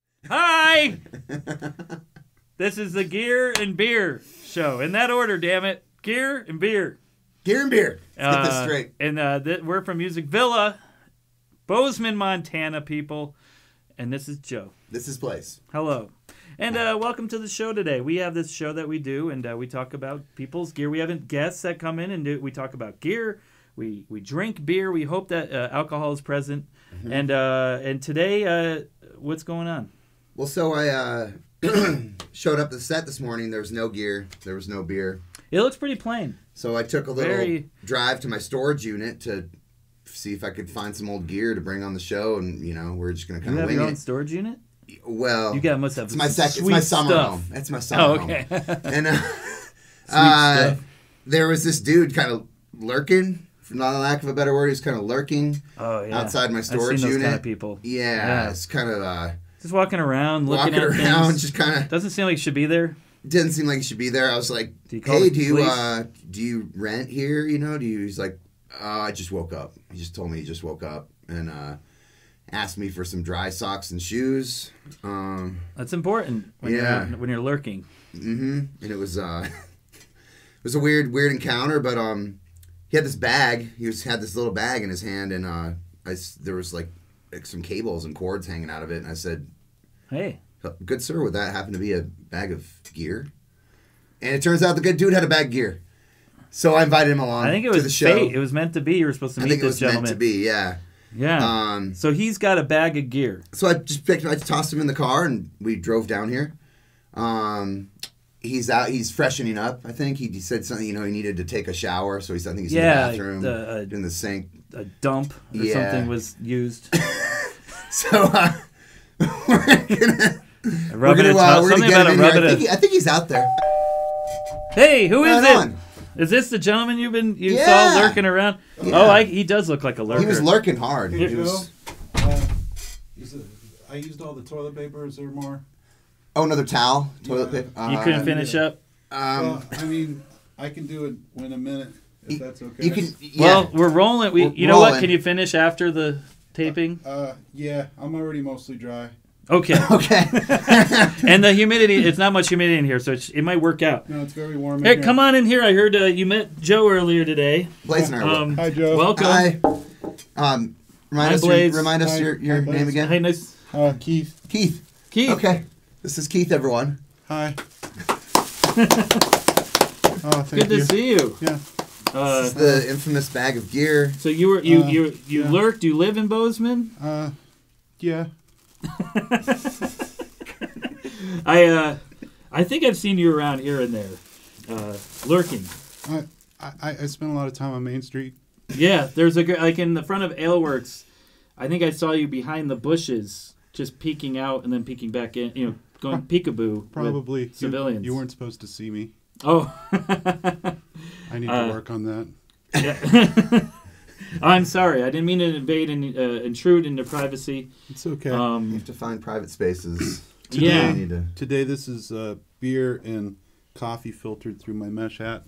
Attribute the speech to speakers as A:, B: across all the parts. A: Hey! This is the Gear and Beer show. In that order, damn it. Gear and Beer.
B: Gear and beer. Let's get this
A: Uh,
B: straight.
A: And uh, th- we're from Music Villa, Bozeman, Montana, people. And this is Joe.
B: This is place.
A: Hello. And uh, welcome to the show today. We have this show that we do, and uh, we talk about people's gear. We have guests that come in, and do, we talk about gear. We we drink beer. We hope that uh, alcohol is present.
B: Mm-hmm.
A: And uh, and today, uh, what's going on?
B: Well, so I uh, showed up to the set this morning. There was no gear. There was no beer.
A: It looks pretty plain.
B: So I took a little
A: Very-
B: drive to my storage unit to see if I could find some old gear to bring on the show. And you know, we're just gonna
A: You
B: kind of
A: have your
B: wing
A: own
B: it.
A: storage unit.
B: Well,
A: You got must have.
B: it's my second. It's
A: sweet
B: my summer
A: stuff.
B: home. That's my summer
A: Oh, okay.
B: home. And uh, uh,
A: stuff.
B: there was this dude kind of lurking, for not a lack of a better word. He was kind of lurking.
A: oh yeah.
B: Outside my
A: I've
B: storage
A: seen those Kind
B: unit.
A: of people.
B: Yeah,
A: Yeah.
B: it's kind of uh,
A: Just walking around, looking
B: walking
A: at
B: around,
A: things.
B: just kind of
A: Doesn't seem like it should be there.
B: didn't seem like he should be there. I was like,
A: Do you call the
B: "Hey, do you
A: police?
B: uh, do you rent here? You know, do you?" He's like, oh, "I just woke up." He just told me he just woke up and uh, asked me for some dry socks and shoes. Um,
A: That's important. When
B: Yeah.
A: You're, when you're lurking.
B: hmm And it was uh, it was a weird, weird encounter. But um, he had this bag. He was had this little bag in his hand, and uh, I s there was like, like some cables and cords hanging out of it. And I said,
A: Hey.
B: "Good sir, would that happen to be a bag of gear?" And it turns out the good dude had a bag of gear. So I invited him along.
A: I think it
B: Um, to
A: was
B: the show.
A: fate. It was meant to be. You were supposed to
B: I
A: meet
B: think it
A: this
B: was
A: gentleman.
B: meant to be, yeah.
A: Yeah.
B: Um,
A: so he's got a bag of gear.
B: so I just picked him, I just tossed him in the car, and we drove down here. Um, he's out. He's freshening up. I think he said something. You know, he needed to take a shower, so he's. I think he's
A: Yeah,
B: in the bathroom,
A: the, uh,
B: in the sink.
A: A dump or
B: Yeah.
A: something was used.
B: So uh, we're gonna,
A: A
B: we're
A: rub
B: gonna,
A: and a
B: uh,
A: towel-
B: we're gonna
A: something
B: get
A: about
B: him
A: a rub
B: in here.
A: and
B: I
A: a-
B: think, he- I think he's out there.
A: Hey, who is
B: Right
A: it? Is
B: on.
A: this the gentleman you've been you
B: Yeah.
A: saw lurking around?
B: Yeah.
A: Oh, I, he does look like a lurker.
B: He was lurking hard.
C: Here
B: He
C: you
B: was-
C: go. Uh, is it- I used all the toilet paper. Is there more?
B: oh, another towel, toilet
C: Yeah.
B: paper.
A: you
B: Uh,
A: couldn't finish up.
B: Um,
C: well, I mean, I can do it in a minute if that's okay.
B: You can. Yeah.
A: Well, we're rolling. We,
B: We're
A: you know what?
B: rolling.
A: Can you finish after the taping?
C: Uh, yeah, I'm already mostly dry.
A: Okay.
B: okay.
A: and the humidity. It's not much humidity in here, so it's, it might work out.
C: No, it's very warm. in
A: Hey,
C: here.
A: come on in here. I heard uh, you met Joe earlier today.
B: Blaze and I. are-
A: Um,
C: Hi, Joe.
A: Welcome.
B: Hi. Um, remind
A: Hi,
B: us. Your,
A: Blaze.
B: remind us
C: Hi.
B: your, your
C: Hi,
B: name
C: Blaze.
B: again.
A: Hey, nice.
C: Uh, Keith.
B: Keith.
A: Keith.
B: Okay. This is Keith, everyone.
C: Hi. oh, thank
A: Good
C: you.
A: to see you.
C: Yeah.
A: Uh,
B: It's the infamous bag of gear.
A: so you were you
C: Uh,
A: you you
C: yeah.
A: lurked. You live in Bozeman.
C: Uh, yeah.
A: I uh, I think I've seen you around here and there, uh, lurking.
C: I, I I spent a lot of time on Main Street.
A: Yeah, there's a gr- like in the front of Aleworks. I think I saw you behind the bushes, just peeking out and then peeking back in. You know, going peekaboo. with
C: Probably You-
A: civilians.
C: You, weren't supposed to see me.
A: Oh.
C: I need
A: Uh,
C: to work on that.
A: Yeah. I'm sorry. I didn't mean to invade and uh, intrude into privacy.
C: It's okay.
B: You
A: Um,
B: have to find private spaces.
A: Yeah.
B: You need to-
C: Today, this is uh, beer and coffee filtered through my mesh hat.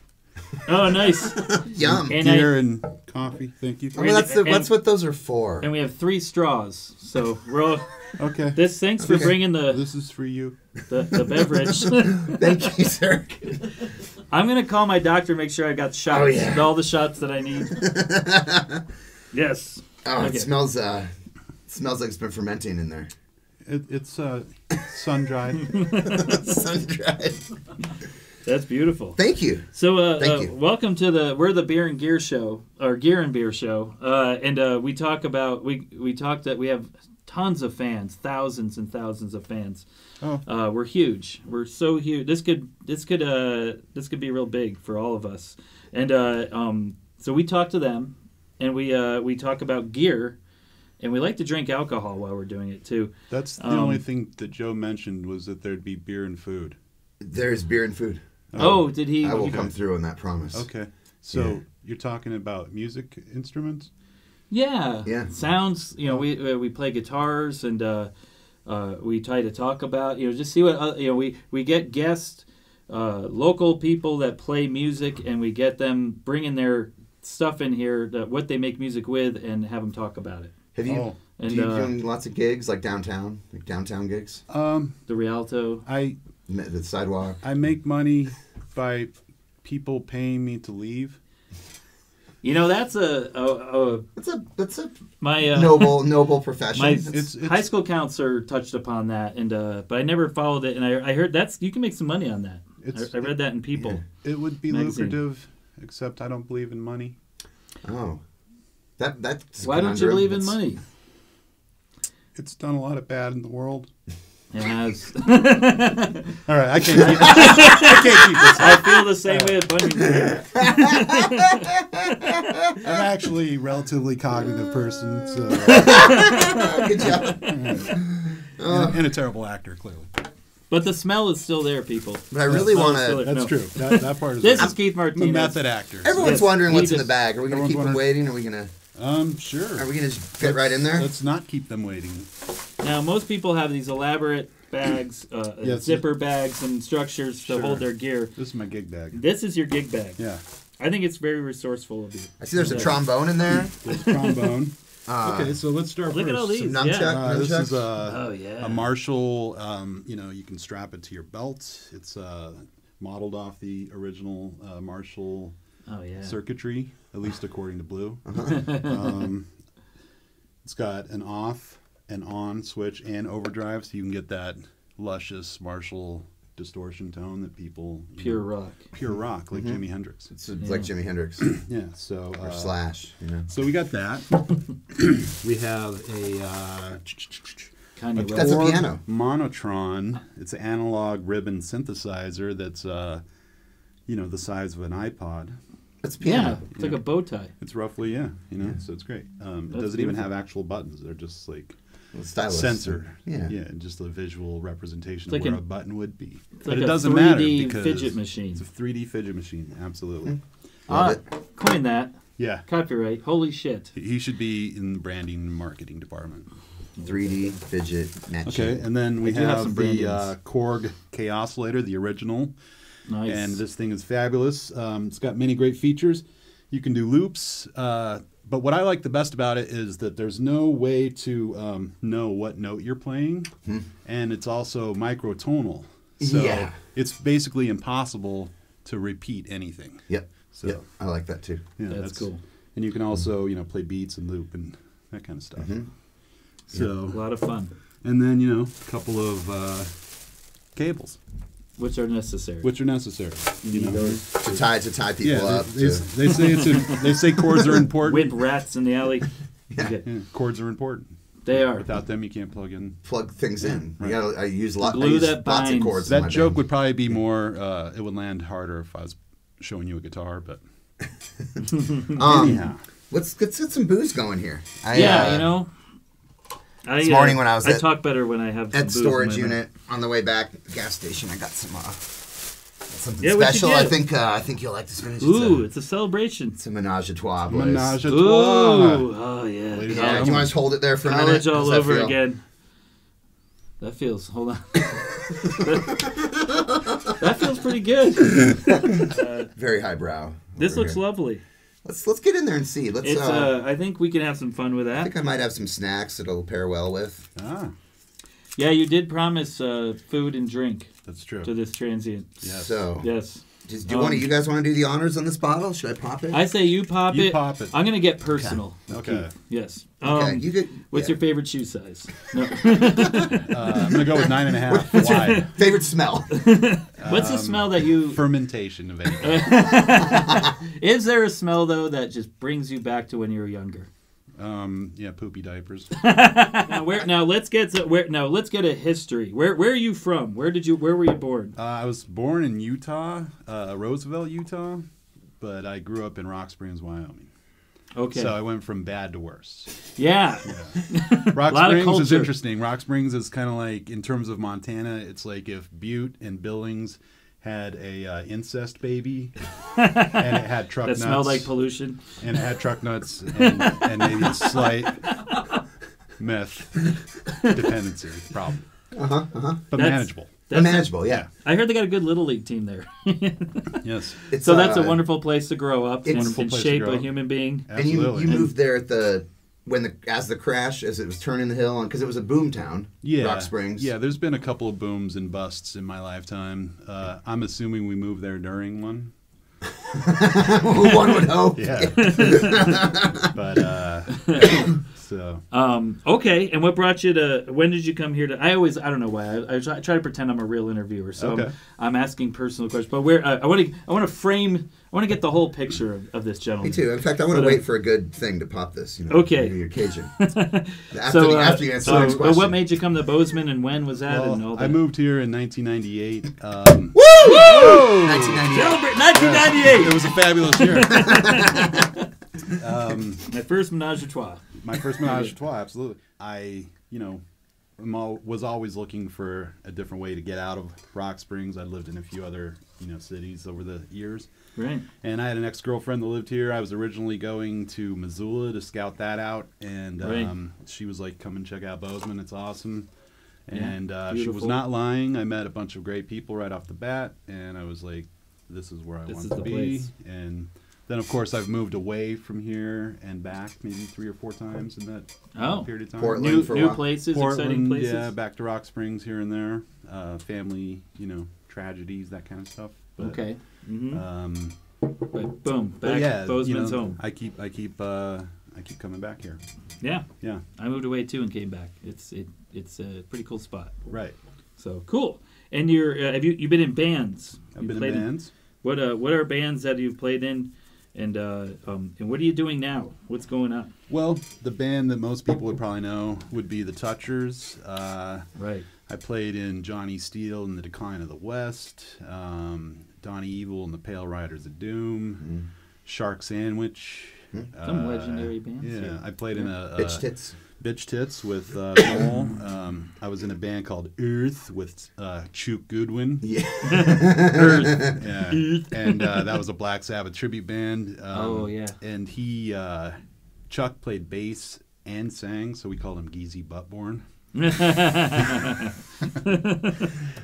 A: oh, nice.
B: Yum.
A: And I-
C: beer and coffee. Thank you.
B: I mean, that's, the,
A: and-
B: that's what those are for.
A: and we have three straws. So we're all,
C: Okay.
A: this. Thanks for
B: Okay.
A: bringing the,
C: This is for you.
A: the, the beverage.
B: Thank you, sir.
A: I'm gonna call my doctor make sure I got shots.
B: Oh, yeah.
A: All the shots that I need. yes.
B: Oh,
A: Okay.
B: it smells. Uh, it smells like it's been fermenting in there.
C: It, it's uh, sun dried.
B: Sun dried.
A: That's beautiful.
B: Thank you.
A: So, uh,
B: Thank
A: uh,
B: you.
A: welcome to the we're the Beer and Gear Show or Gear and Beer Show, uh, and uh, we talk about we we talk that we have tons of fans, thousands and thousands of fans.
C: Oh.
A: Uh, we're huge. We're so huge. This could this could uh, this could be real big for all of us. And uh, um, so we talk to them, and we uh, we talk about gear, and we like to drink alcohol while we're doing it too.
C: That's the
A: Um,
C: only thing that Joe mentioned was that there'd be beer and food.
B: There's beer and food.
A: Oh, did he?
B: I will
A: you-
B: come through on that promise.
C: Okay. So
B: Yeah.
C: you're talking about music instruments?
A: Yeah.
B: Yeah.
A: Sounds. You know, we uh, we play guitars and uh, uh, we try to talk about you know just see what uh, you know we we get guests, uh, local people that play music and we get them bringing their stuff in here that what they make music with and have them talk about it.
B: Have you
C: Oh.
A: and
B: Do you
A: uh,
B: doing lots of gigs like downtown, like downtown gigs,
C: Um,
A: the Rialto.
C: I
B: Me- the sidewalk?
C: I make money by people paying me to leave.
A: You know, that's a, a, a
B: That's a that's a
A: my uh,
B: noble noble profession.
A: my
B: That's-
C: It's- it's-
A: high school counselor touched upon that, and uh, but I never followed it. And I, I heard that's you can make some money on that.
C: It's-
A: I, I read that in People.
C: It would be
A: Magazine.
C: lucrative, except I don't believe in money.
B: oh, that that's a
A: Why don't you
B: conundrum.
A: believe in
B: That's-
A: money?
C: It's done a lot of bad in the world.
A: It has.
C: All right, I can't. Keep, I can't keep this. up.
A: I feel the same way with Bunyan.
C: I'm actually a relatively cognitive person, so
B: Oh, good job.
C: and, and a terrible actor, clearly.
A: But the smell is still there, people.
B: But I really
A: The smell
B: want
A: is still
B: to.
A: there.
C: That's
A: No.
C: true. That, that part is.
A: This
C: right.
A: is Keith
C: I'm a
A: Martinez.
C: method actor. so-
B: Everyone's
A: Yes,
B: wondering
A: he
B: what's in the
A: just-
B: bag. Are we gonna
C: everyone's
B: keep them
C: wondering-
B: waiting? Are we gonna?
C: Um, sure.
B: Are we gonna just get right in there?
C: Let's not keep them waiting.
A: Now, most people have these elaborate bags, uh,
C: Yes.
A: zipper bags, and structures to
C: Sure.
A: hold their gear.
C: This is my gig bag.
A: This is your gig bag.
C: Yeah.
A: I think it's very resourceful of you.
B: I see there's a
A: Yeah.
B: trombone in there.
C: There's trombone.
A: Ah.
B: Uh,
C: okay, so let's start
A: Look
C: first.
A: at all
B: Some
A: these.
B: nunchuck,
A: yeah.
C: Uh, this
B: nunchucks.
C: is a,
A: Oh, yeah.
C: a Marshall. Um, you know, you can strap it to your belt. It's uh, modeled off the original uh, Marshall
A: Oh yeah.
C: circuitry, at least according to Blue. um, it's got an off, an on switch, and overdrive, so you can get that luscious Marshall distortion tone that people you
A: Pure
C: know,
A: rock.
C: pure rock, like Jimi Hendrix.
B: It's like Jimi Hendrix
C: Yeah. So
B: or
C: uh,
B: Slash. You know.
C: So we got that. we have a. Uh,
A: Kanye
B: That's
A: West.
B: a
C: Korg
B: piano.
C: Monotron. It's an analog ribbon synthesizer that's, uh, you know, the size of an iPod.
B: That's a
A: Yeah,
B: piano.
A: it's like a bow tie.
C: It's roughly yeah, you know, so it's great. Um, it
A: That's
C: doesn't even
A: beautiful.
C: have actual buttons; they're just like
B: It's Stylus.
C: sensor,
B: Yeah.
C: Oh, yeah, and just a visual representation
A: It's
C: of
A: like
C: where
A: an-
C: a button would be.
A: It's
C: But
A: like
C: it
A: a
C: doesn't matter
A: 3D
C: because
A: fidget machine.
C: It's a 3D fidget machine, absolutely.
A: Ah,
C: Uh,
B: Love
A: coin that.
C: Yeah,
A: Copyright. Holy shit.
C: he should be in the branding and marketing department.
B: 3D fidget matching.
C: Okay, and then we
A: do have
C: have,
A: some brandings.
C: the uh, Korg Chaosolator, the original.
A: Nice.
C: and this thing is fabulous. Um, it's got many great features. You can do loops, uh, but what I like the best about it is that there's no way to um, know what note you're playing,
A: Hmm.
C: and it's also microtonal, so
B: Yeah.
C: it's basically impossible to repeat anything.
B: Yep.
C: So
B: Yep. I like that too.
C: yeah,
A: That's cool.
C: And you can also you know play beats and loop and that kind of stuff.
A: Mm-hmm.
C: So
A: a lot of fun,
C: and then you know a couple of uh, cables,
A: which are necessary.
C: which are necessary. You
A: need
C: know.
A: those.
B: To tie to tie people
C: they-
B: up.
C: They,
B: to-
C: they say it's im- they say chords are
A: Whip
C: important.
A: rats in the alley. Okay.
C: Yeah, chords are important.
A: They are.
C: Without them, you can't plug in.
B: plug things in.
C: right.
B: You gotta. I use lot.
A: glue
B: I use
A: that
B: lots of
A: binds.
B: chords. in
C: That
B: my
C: joke
B: band.
C: would probably be more. Uh, it would land harder if I was showing you a guitar, but
B: Um,
C: anyhow,
B: Let's let's get some booze going here. I,
A: yeah,
B: uh,
A: you know. I,
B: this
A: uh,
B: morning when I was
A: I
B: at-
A: talk better when I have some
B: At
A: booze in
B: storage
A: my mouth.
B: unit on the way back gas station, I got some uh, got something
A: Yeah, what'd you
B: special. I
A: get?
B: think uh, I think you'll like this finish.
A: Ooh,
B: it's
A: it's a celebration.
B: a, it's a menage a trois. boys.
C: menage a
A: Ooh,
C: trois.
A: oh yeah.
C: Ladies
B: Yeah, do you want to just hold it there for a minute?
A: College
B: How's
A: all
B: that
A: over
B: feel?
A: again. That feels. Hold on. that feels pretty good.
B: Very highbrow.
A: This
B: over
A: looks
B: here.
A: lovely.
B: Let's let's get in there and see. Let's.
A: It's.
B: uh,
A: Uh, I think we can have some fun with
B: I
A: that.
B: think I might have some snacks that it'll pair well with.
C: Ah,
A: Yeah, you did promise uh, food and drink
C: that's true.
A: to this transient.
C: Yes.
B: So,
A: Yes.
B: just, do one
A: Um,
B: of you guys want to do the honors on this bottle? Should I pop it?
A: I say you pop
C: You
A: it.
C: pop it.
A: I'm gonna get personal.
C: Okay,
A: Yes.
B: okay,
A: Um,
B: you could.
A: What's
B: yeah.
A: your favorite shoe size? No.
C: uh, I'm gonna go with nine and a half. Why?
B: favorite smell?
A: What's the smell that you?
C: Fermentation of anything.
A: Is there a smell though that just brings you back to when you were younger?
C: Um, yeah, poopy diapers.
A: Now, where, now let's get to, where now let's get a history. Where where are you from? Where did you where were you born?
C: Uh, I was born in Utah, uh, Roosevelt, Utah, but I grew up in Rock Springs, Wyoming.
A: Okay.
C: So I went from bad to worse.
A: yeah.
C: Rock
A: Lot of
C: Springs is
A: culture.
C: interesting. Rock Springs is kind of like, in terms of Montana, it's like if Butte and Billings had a uh, incest baby, and it had truck
A: That
C: nuts,
A: smelled like pollution.
C: and it had truck nuts, and, and maybe a slight meth dependency problem,
B: Uh-huh, uh-huh.
C: but
A: That's-
C: manageable.
A: That's
B: Manageable, yeah.
A: I heard they got a good little league team there.
C: Yes,
B: It's,
A: so that's a
B: uh,
A: wonderful place to grow up
B: It's-
A: and,
B: Wonderful
A: and
C: place to
A: shape
C: grow
A: a
C: up.
A: human being.
B: And you,
C: absolutely.
B: you moved there at the when the as the crash as it was turning the hill on because it was a boom town.
C: Yeah,
B: Rock Springs.
C: Yeah, there's been a couple of booms and busts in my lifetime. Uh, I'm assuming we moved there during one.
B: one would hope.
C: Yeah. but uh, so
A: Um, okay, and what brought you to? When did you come here to? I always, I don't know why. I, I try, try to pretend I'm a real interviewer, so
C: Okay.
A: I'm, I'm asking personal questions. But where uh, I want to, I want to frame, I want to get the whole picture of, of this gentleman.
B: Me too. In fact, I want
A: But,
B: to
A: uh,
B: wait for a good thing to pop this. You know,
A: Okay.
B: you know, Your Cajun. after,
A: So,
B: the,
A: uh,
B: after you answer
A: so,
B: the next
A: uh,
B: question.
A: what made you come to Bozeman, and when was that, and all
C: well,
A: that?
C: I moved here in 1998. Um,
B: Woo!
C: Whoa!
B: 1998.
A: Celebrate
C: It
A: 1998.
C: was a fabulous year. um,
A: My first menage a trois.
C: my first menage a trois, absolutely. I, you know, am al- was always looking for a different way to get out of Rock Springs. I lived in a few other, you know, cities over the years.
A: Right.
C: And I had an ex girlfriend that lived here. I was originally going to Missoula to scout that out, and
A: Right.
C: um, she was like, "Come and check out Bozeman. It's awesome."
A: Yeah,
C: And uh, she was
A: beautiful.
C: not lying. I met a bunch of great people right off the bat, and I was like, "This is where I
A: This
C: want
A: is
C: to
A: the
C: be."
A: place.
C: And then, of course, I've moved away from here and back maybe three or four times in that uh,
A: Oh.
C: period of time.
B: Portland.
A: New,
B: for a
A: new
B: while.
A: places, exciting
C: Portland,
A: places.
C: yeah, back to Rock Springs here and there. Uh, family, you know, tragedies, that kind of stuff. But,
A: okay. hmm
C: Um,
A: but boom,
C: but
A: back
C: yeah,
A: Bozeman's
C: you know,
A: home.
C: I keep I keep uh, I keep coming back here.
A: Yeah,
C: Yeah,
A: I moved away too and came back. It's it, it's a pretty cool spot.
C: right.
A: So cool. And you're uh, have you you've been in bands?
C: I've
A: You've
C: been in
A: played
C: bands.
A: What uh what are bands that you've played in, and uh um and what are you doing now? What's going on?
C: Well, the band that most people would probably know would be the Touchers. Uh,
A: Right.
C: I played in Johnny Steele and the Decline of the West, um, Donnie Evil and the Pale Riders of Doom,
B: Mm-hmm.
C: Shark Sandwich. Uh,
A: Some legendary bands
C: Yeah,
A: here.
C: I played in a, a
B: Hmm. Bitch tits.
C: Bitch Tits with uh, Noel. Um, I was in a band called Earth with uh, Chuck Goodwin.
B: Yeah.
C: Yeah. and uh, that was a Black Sabbath tribute band. Um,
A: Oh, yeah.
C: And he, uh, Chuck played bass and sang, so we called him Geezy Buttborn.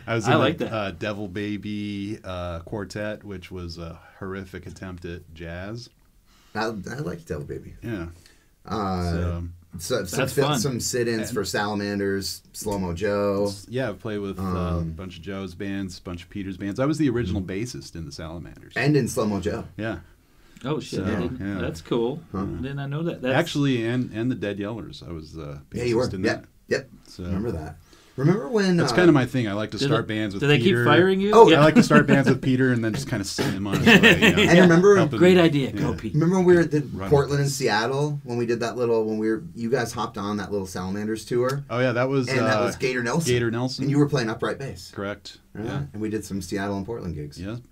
C: I was in
A: I
C: the,
A: like that.
C: Uh, Devil Baby uh, quartet, which was a horrific attempt at jazz.
B: I, I like Devil Baby.
C: Yeah.
B: Uh,
C: So,
B: so, some,
A: That's
B: fit,
A: fun.
B: some sit-ins for Salamanders, Slow Mo Joe.
C: yeah, I played with
B: um,
C: uh, a bunch of Joe's bands, a bunch of Peter's bands. I was the original
B: Mm-hmm.
C: bassist in the Salamanders.
B: And in Slow Mo Joe.
C: yeah.
A: Oh shit! I
C: So,
A: didn't,
C: yeah.
A: That's cool. Didn't I know that? That's,
C: Actually, and and the Dead Yellers. I was uh, bassist
B: Yeah, you were.
C: in
B: Yep.
C: that.
B: Yep.
C: So-
B: Remember that. Remember when.
C: That's
B: uh,
C: kind of my thing. I like to
A: Um, do
C: start
A: they-
C: bands with
A: Do they
C: Peter.
A: keep firing you?
B: Oh,
C: I like to start bands with Peter and then just kind of sit him on his way. You know?
B: And remember-
C: Help him-
A: Great idea. Go
C: yeah.
A: Pete.
B: Remember when we were at the
C: with
B: Portland and Seattle when we did that little when we were you guys hopped on that little Salamanders tour
C: Oh yeah, that was
B: and
C: uh,
B: that was Gator Nelson.
C: Gator Nelson.
B: And you were playing upright bass.
C: correct.
B: Yeah. And we did some Seattle and Portland gigs.
C: Yeah.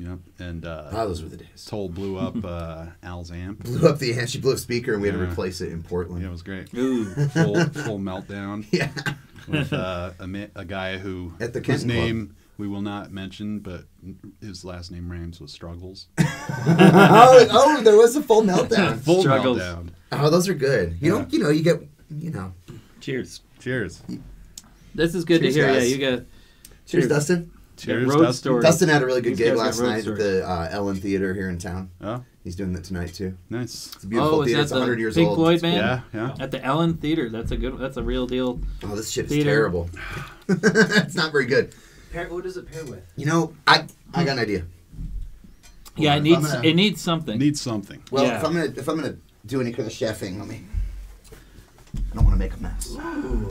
C: Yeah. yeah. And
B: Ah,
C: uh,
B: those were the days.
C: Toll blew up uh, Al's amp.
B: Blew up the she blew up speaker and we had to
C: Yeah.
B: replace it in Portland.
C: Yeah, it was great.
A: Ooh.
C: Full full meltdown
B: Yeah.
C: with uh, a, ma- a guy who
B: At the
C: his
B: Kenton Club.
C: name we will not mention, but his last name rhymes with Struggles.
B: oh, oh, there was a full meltdown.
C: Full
A: Struggles.
C: meltdown.
B: Oh, those are good. You don't, you know, you get, you know.
A: Cheers.
C: Cheers.
A: This is good
B: Cheers,
A: to hear.
B: guys.
A: Yeah, you got.
B: Cheers,
A: Cheers.
B: Dustin.
C: Cheers.
A: road
C: Dustin.
A: story.
B: Dustin had a really good
A: These guys
B: gig
A: got
B: last
A: road
B: night at
A: stories.
B: the uh, Ellen Theater here in town.
C: Oh,
B: He's doing that tonight too.
C: nice.
B: It's a beautiful
A: oh,
B: theater.
A: is
B: It's
A: that the
B: 100 years
A: Pink
B: old.
A: Floyd band?
C: Yeah, yeah.
A: At the Allen Theater. That's a good. That's a real deal.
B: Oh, this shit is
A: Theater.
B: terrible. it's not very good.
D: Pair, what does it pair with?
B: You know, I I got an idea.
A: Yeah, it
B: if
A: needs.
B: I'm gonna-
A: It needs something.
C: Need something.
B: Well,
A: Yeah.
B: if I'm gonna if I'm gonna do any kind of chefing, let me. I don't want to make a mess.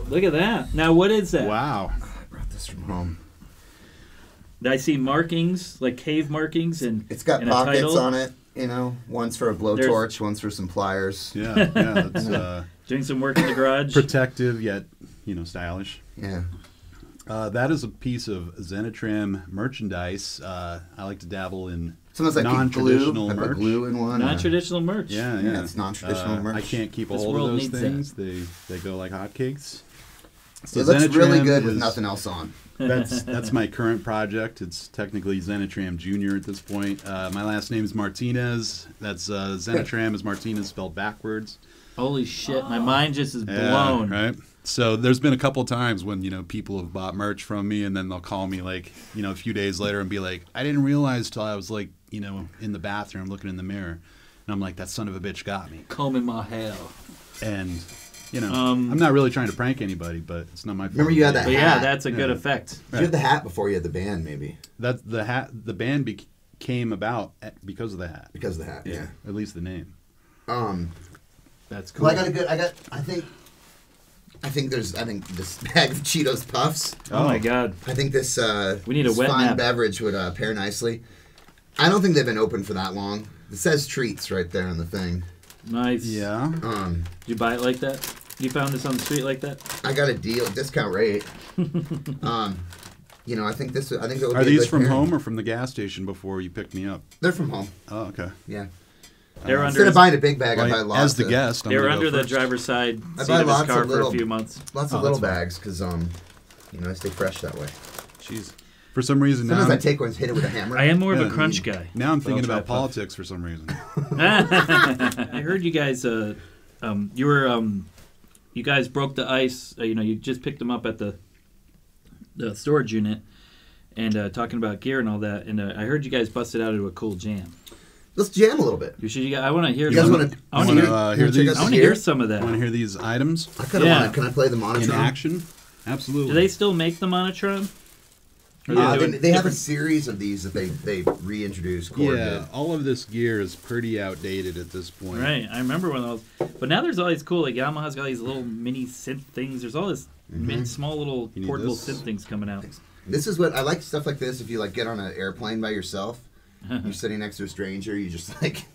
A: Look at that. Now, what is that?
C: Wow.
B: I brought this from home.
A: I see markings, like cave markings, and
B: It's got
A: and a
B: pockets
A: title.
B: on it. You know, one's for a blowtorch, one's for some pliers.
C: Yeah, yeah. It's uh,
A: Doing some work in the garage.
C: protective yet, you know, stylish.
B: Yeah.
C: Uh, that is a piece of Zenitram merchandise. Uh, I like to dabble in
B: Sometimes I keep
C: non-traditional
B: glue. I put
C: merch.
B: glue in one. uh,
A: Non-traditional merch.
C: Yeah,
B: Yeah,
C: yeah,
B: it's non-traditional
C: Uh,
B: merch.
C: I can't keep
A: This
C: all
A: world
C: of those
A: needs that.
C: things. They they go like hotcakes. So
B: It looks really
C: Zenitram
B: good with
C: is-
B: nothing else on.
C: That's that's my current project. It's technically Zenitram Junior at this point. Uh, my last name is Martinez. That's uh, Zenitram is Martinez spelled backwards.
A: Holy shit, my mind just is
C: Yeah,
A: blown.
C: Right. So there's been a couple times when you know people have bought merch from me, and then they'll call me like you know a few days later and be like, "I didn't realize till I was like you know in the bathroom looking in the mirror," and I'm like, "That son of a bitch got me."
A: Combing my hair.
C: And you know,
A: Um,
C: I'm not really trying to prank anybody, but it's not my.
B: Remember
C: fault.
B: you had that
A: But yeah,
B: hat.
A: that's a good
C: Yeah.
A: effect.
B: You had the hat before you had the band, maybe
C: That the hat, the band became about at- because of the hat.
B: because of the hat. Yeah.
C: At least the name.
B: Um.
A: That's cool.
B: Well, I got a good. I got. I think. I think there's. I think this bag of Cheetos puffs.
A: oh, my god.
B: I think this. Uh,
A: We need a
B: this
A: wet
B: fine
A: nap.
B: beverage would uh, pair nicely. I don't think they've been open for that long. It says treats right there on the thing.
A: Nice.
C: Yeah.
B: Um,
A: Did you buy it like that? You found this on the street like that?
C: Uh,
B: I got a deal, discount rate. um, you know, I think this. I think that would
C: Are
B: be a
C: these
B: good
C: from
B: pairing.
C: home or from the gas station before you picked me up?
B: They're from home.
C: Oh, okay.
B: Yeah.
A: They were under
B: Instead of
A: his,
B: buying a big bag, I buy
C: Well,
B: lots.
C: as the
B: of,
C: guest, I'm
A: they were
C: gonna go
A: under the
C: first.
A: driver's side
B: I
A: seat
B: buy
A: of his
B: lots
A: car
B: of
A: for a
B: little-
A: few months.
B: Lots
C: Oh,
B: of little
C: that's fine.
B: bags because um, you know, I stay fresh that way.
C: Jeez. For some reason now,
B: Sometimes I
C: I'm,
B: take one, hit it with a hammer.
A: I am more of
C: Yeah.
A: a crunch guy.
C: now I'm
A: but I'll
C: thinking
A: try
C: about
A: puff.
C: politics for some reason.
A: I heard you guys. Uh, um, you were um, you guys broke the ice. Uh, you know, you just picked them up at the the storage unit, and uh, talking about gear and all that. And uh, I heard you guys busted out into a cool jam.
B: Let's jam a little bit.
A: You should. You guys, I want to hear.
B: You guys
A: some-
B: want to?
A: I want
C: wanna,
A: to
C: uh,
A: hear.
C: hear these?
A: I want to hear some of that.
C: I want to hear these items
B: I kind of
A: Yeah.
B: want to. Can I play the
C: in
B: monotone?
C: action.
A: Do
C: Absolutely.
A: they still make the Monotron? Or
B: Uh,
A: they
B: they,
A: do it
B: they have a
A: different-
B: series of these that they they reintroduced. Cord
C: yeah, all of this gear is pretty outdated at this point.
A: Right, I remember one of those. But now there's all these cool, like Yamaha's got these little mini synth things. There's all this min, small little
C: You need
A: portable
C: this?
A: synth things coming out.
B: did. This is what I like stuff like this. If you like get on an airplane by yourself, you're sitting next to a stranger. You just like